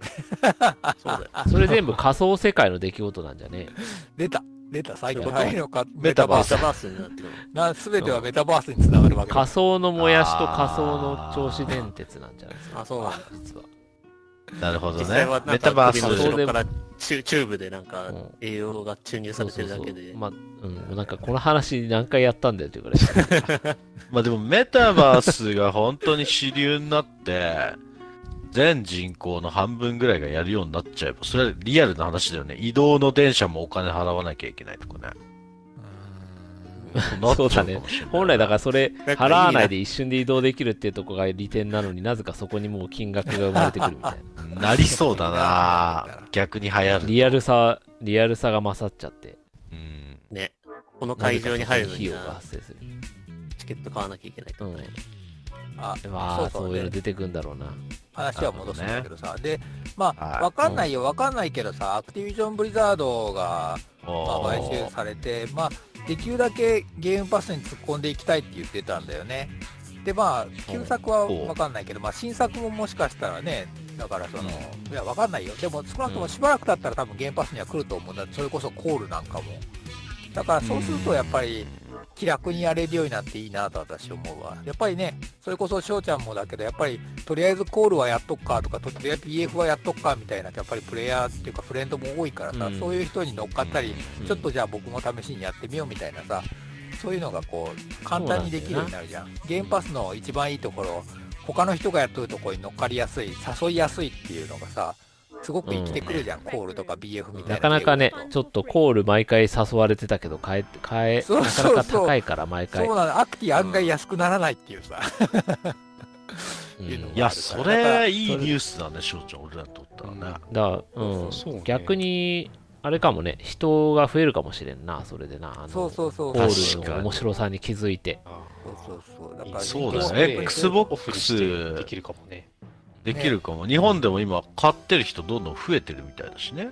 な。そうだよ。それ全部仮想世界の出来事なんじゃねト。出た。出た、最近そういうこと入るのか。メタバメースタバースになってる。な、すべてはメタバースにつながるわえけだ仮想のもやしと仮想の銚子電鉄なんじゃないですかあ、そうなんだ。実は、なるほど実ね際はなん。かメタバー首のス後ろからチュチューブでなんかうん栄養が注入さそうれてそうるだそけでう。まあうんなんかこの話何回やったんだよっていうぐらいまあでもメタバースが本当に主流になって、全人口の半分ぐらいがやるようになっちゃえば、それはリアルな話だよね。移動の電車もお金払わなきゃいけないとかね。う そうだね本来だからそれなんかいい払なわないで一瞬で移動できるっていうところが利点なのになぜかそこにもう金額が生まれてくるみたいなりそうだな逆に流行なる。リアルさリアルさが勝っちゃってうんね。この会場に入るの費に用なが発生するチケット買わなきゃいけないとかね。ーんあ、うんまあそうそうそういうの出てくんだろうな話は戻すんだけどさ、で、まあ、はいわかんないよ、わかんないけどさ、アクティビジョン・ブリザードが、まあ、買おー収されて、まあ、できるだけゲームパスに突っ込んでいきたいって言ってたんだよね。でまあ旧作はそう分かんないけど、まあ、新作ももしかしたらねだからその、いや分かんないよでも少なくともしばらく経ったら多分ゲームパスには来ると思うんだそれこそコールなんかもだからそうするとやっぱり気楽にやれるようになっていいなと私思うわやっぱりねそれこそ翔ちゃんもだけどやっぱりとりあえずコールはやっとくかとかとりあえず PF はやっとくかみたいなやっぱりプレイヤーっていうかフレンドも多いからさ、うんそういう人に乗っかったり、うんちょっとじゃあ僕も試しにやってみようみたいなさそういうのがこう簡単にできるようになるじゃんゲームパスの一番いいところ他の人がやっとるところに乗っかりやすい誘いやすいっていうのがさすごく生きてくるじゃん、コールとか BF みたいななかなかねゲーム、ちょっとコール毎回誘われてたけど、買え、買え、そうなそうそうかなか高いから毎そう回。なのアクティ案外安くならないっていうさ、うんいうのがいや、それ、いいニュースだね、翔ちゃん、俺らにとったらね。だからうんそうね逆に、あれかもね、人が増えるかもしれんな、それでな。あのそうそうそうコそう確ーかルにの面白さに気づいて。あそうそうそうだかーらそうだそねれで Xbox オフにしてできるかもね。できるかも。日本でも今、買ってる人どんどん増えてるみたいだしね。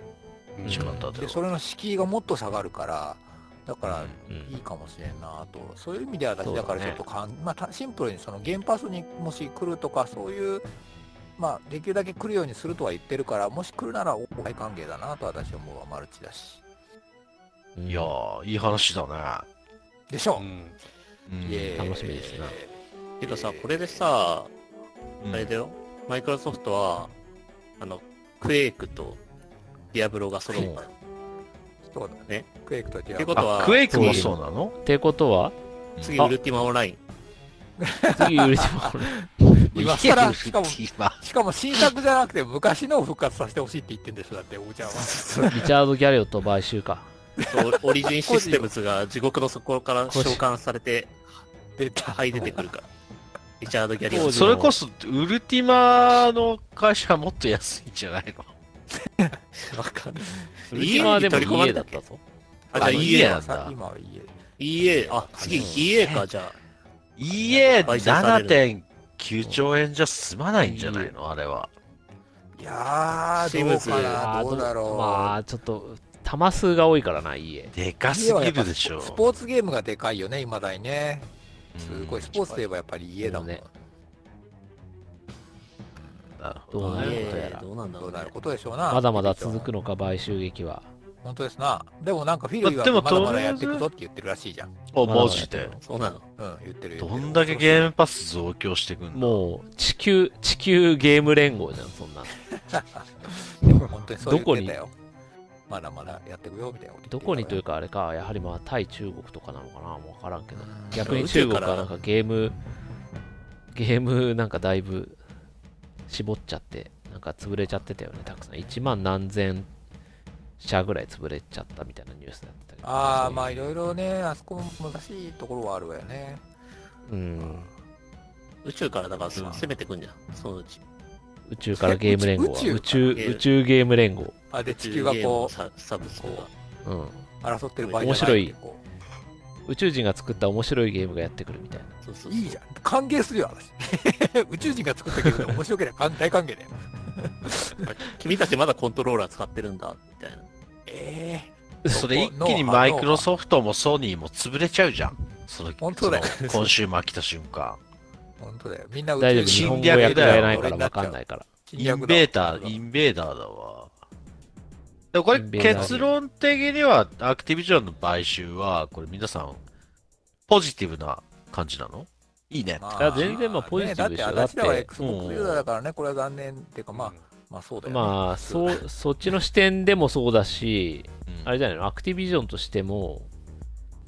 うん仕方ででは。それの敷居がもっと下がるからだからうんいいかもしれんなとそういう意味ではそ私うだだねからちょっとかん、まあた、シンプルにその原発にもし来るとかそういうまあできるだけ来るようにするとは言ってるからもし来るならお大歓迎だなと私は思うわマルチだしうんいやー、いい話だでしょう、んね。イエーイ楽しみですなてかさ、これでさ、うんあれだよ、マイクロソフトは、あの、クエイクとディアブロが揃ったよ。そうだねねクエイクとデってィこアとあは、クエイクもそうなのってこ とは、次、ウルティマオンライン。次、ウルティマこれ。今更しかも今しかも新作じゃなくて昔のを復活させてほしいって言ってんでしょだっておうちゃんはリチャード・ギャレオット買 収か。そうオリジンシステムズが地獄の底から召喚されて、出たはい出てくるから。リチャード・ギャリ当オ時それこそ、ウルティマの会社はもっと安いんじゃないのわかんない。ウルティマはでも EA だったぞ。あ、じゃああ EA なんだ今は家 EA、あ、次うん EA か、じゃあ。買収される EA7.9 兆円じゃ済まないんじゃないのあれは。いやーどうかなあーどうだろうまあ、ちょっと、弾数が多いからな、EA。でかす家はやぎっぱるでしょ。スポーツゲームがでかいよね、いまだにね。すごい、スポーツといえばやっぱり家だもん。そうねうん。なるほどうどなるね。ことやら EA どうなんだどろううなねる。ことでしょうな。まだまだ続くのか、買収劇は。本当ですな。でもなんかフィルまはでもまだまとりだあえずやっていくぞって言ってるらしいじゃん。お、まだまだマジで。そうなの。うん、言ってる言ってる。どんだけゲームパス増強してくんのもう、地球、地球ゲーム連合じゃん、そんなの。でも本当にそうどこ言っにてたよ。まだまだやっていくよみたいなこと言ってたからどこにというか、あれか、やはりまあ、対中国とかなのかな、わからんけど。逆に宇中宙国かはらなんかゲーム、ゲームなんかだいぶ絞っちゃって、なんか潰れちゃってたよね、たくさん。1万何千社ぐらい潰れちゃったみたいなニュースだったけど。ああ、まそうあいいうろいろね、あそこも難しいところはあるわよね。うん。宇宙からだからうん攻めてくんじゃん。そのうち。宇宙からゲーム連合は。宇 宇宙、宙から宇宙ゲーム連合。あ、で、地球がこササブスクが。うん。う、争ってる場合じゃない面白いこ宇宙人が作った面白いゲームがやってくるみたいな。そうそううそう。いいじゃん。歓迎するよ、私。 宇宙人が作ったゲームで面白ければ歓大歓迎だよ。君たちまだコントローラー使ってるんだ、みたいな。ええそれ一気にマイクロソフトもソニーも潰れちゃうじゃん。その本当だよその今週末来た瞬間。本当だよ。みんな宇宙大丈夫、日人本語侵略だよ訳がえないから俺になわっちゃうかんないから。侵イ略ンだベーター、イインンベーダーだわ。でもこれインベーダー結論的には、アクティビジョンの買収は、これ皆さん、ポジティブな感じなのいいね。まいや全然まあポジティブでしょね、だって私らはだって Xbox ユーザーだからね、これは残念っていうか、まあ、まあそうだよね。まあ、うそだう、そっちの視点でもそうだし、うんあれじゃないの、アクティビジョンとしても、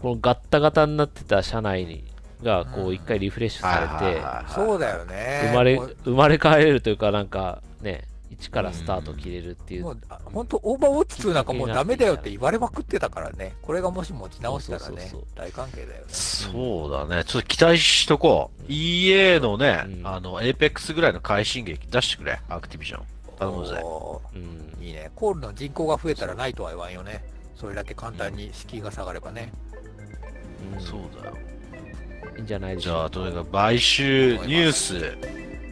このガッタガタになってた社内にが、こうんう、一回リフレッシュはいさはいはいれはいそうだよね。て、生まれ、もう生まれ変われるというか、なんかね、一からスタート切れるっていうも。う、あ本当オーバーウォッチ2なんかもうダメだよって言われまくってたからね。これがもし持ち直したらそうそうねそうそう、大関係だよね。そうだね。ちょっと期待しとこう。EA のね、うんあの、エーペックスぐらいの快進撃出してくれ、アクティビジョン。頼むぜ。おうんーいいね。コールの人口が増えたらないとは言わんよね。それだけ簡単に敷居が下がればね。うんそうだよ。いいんじゃないでしじょうゃかあ、とにかく買収、思いますニュ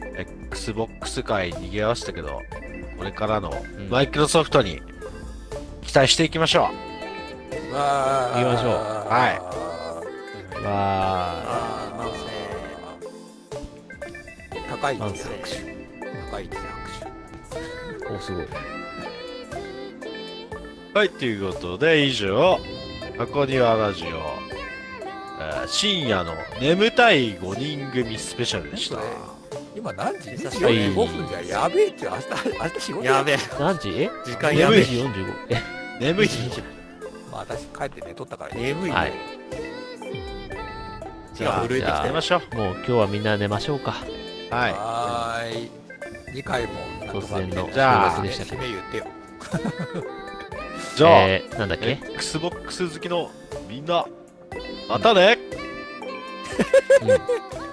ース、Xbox 界に賑わせたけど、これからのんマイクロソフトに期待していきましょう。行行きましょうはわああ、なんせ、い。高いあ位置拍手。高い位置拍手。ーおすごいはい、ということで、以上、箱庭ラジオ、えー深夜の眠たい5人組スペシャルでした。今何時久しぶり ?25 分じゃんやべえっちゃ明日、明日仕事やべえ、何時え時間や眠べい0時45え眠いまあ私帰って寝とったからえ。眠いはいね。手が震えてきじゃあた寝よ。ましょう。もう今日はみんな寝ましょうかはい。はーい。次回も、突然のじゃあでしたけ締め言ってよ。じゃあ、えー、なんだっけ XBOX 好きのみんな、またね、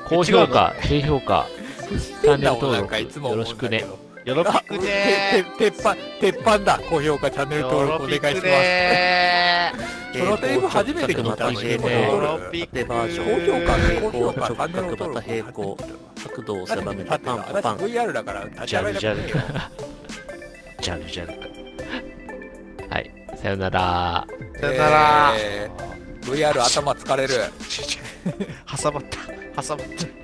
高評価低評価チャンネル登なんかいつ録もよ思ろうしんくだねけど。よろあぴく ねてて鉄板、鉄板だ。高評価、チャンネール登録お願いします。ねプロテイン初めて聞いたの平英行語でー直角のよろぴくねバージョン高評価、高評価、チ平行ャンネル登録。平行速度をだって定だめたってパンパパ私ン。 VR だから立ち上がりなくていいよ。ジャルジャルか。はいさよならさよなら。えー VR 頭疲れる。挟まった。挟まった。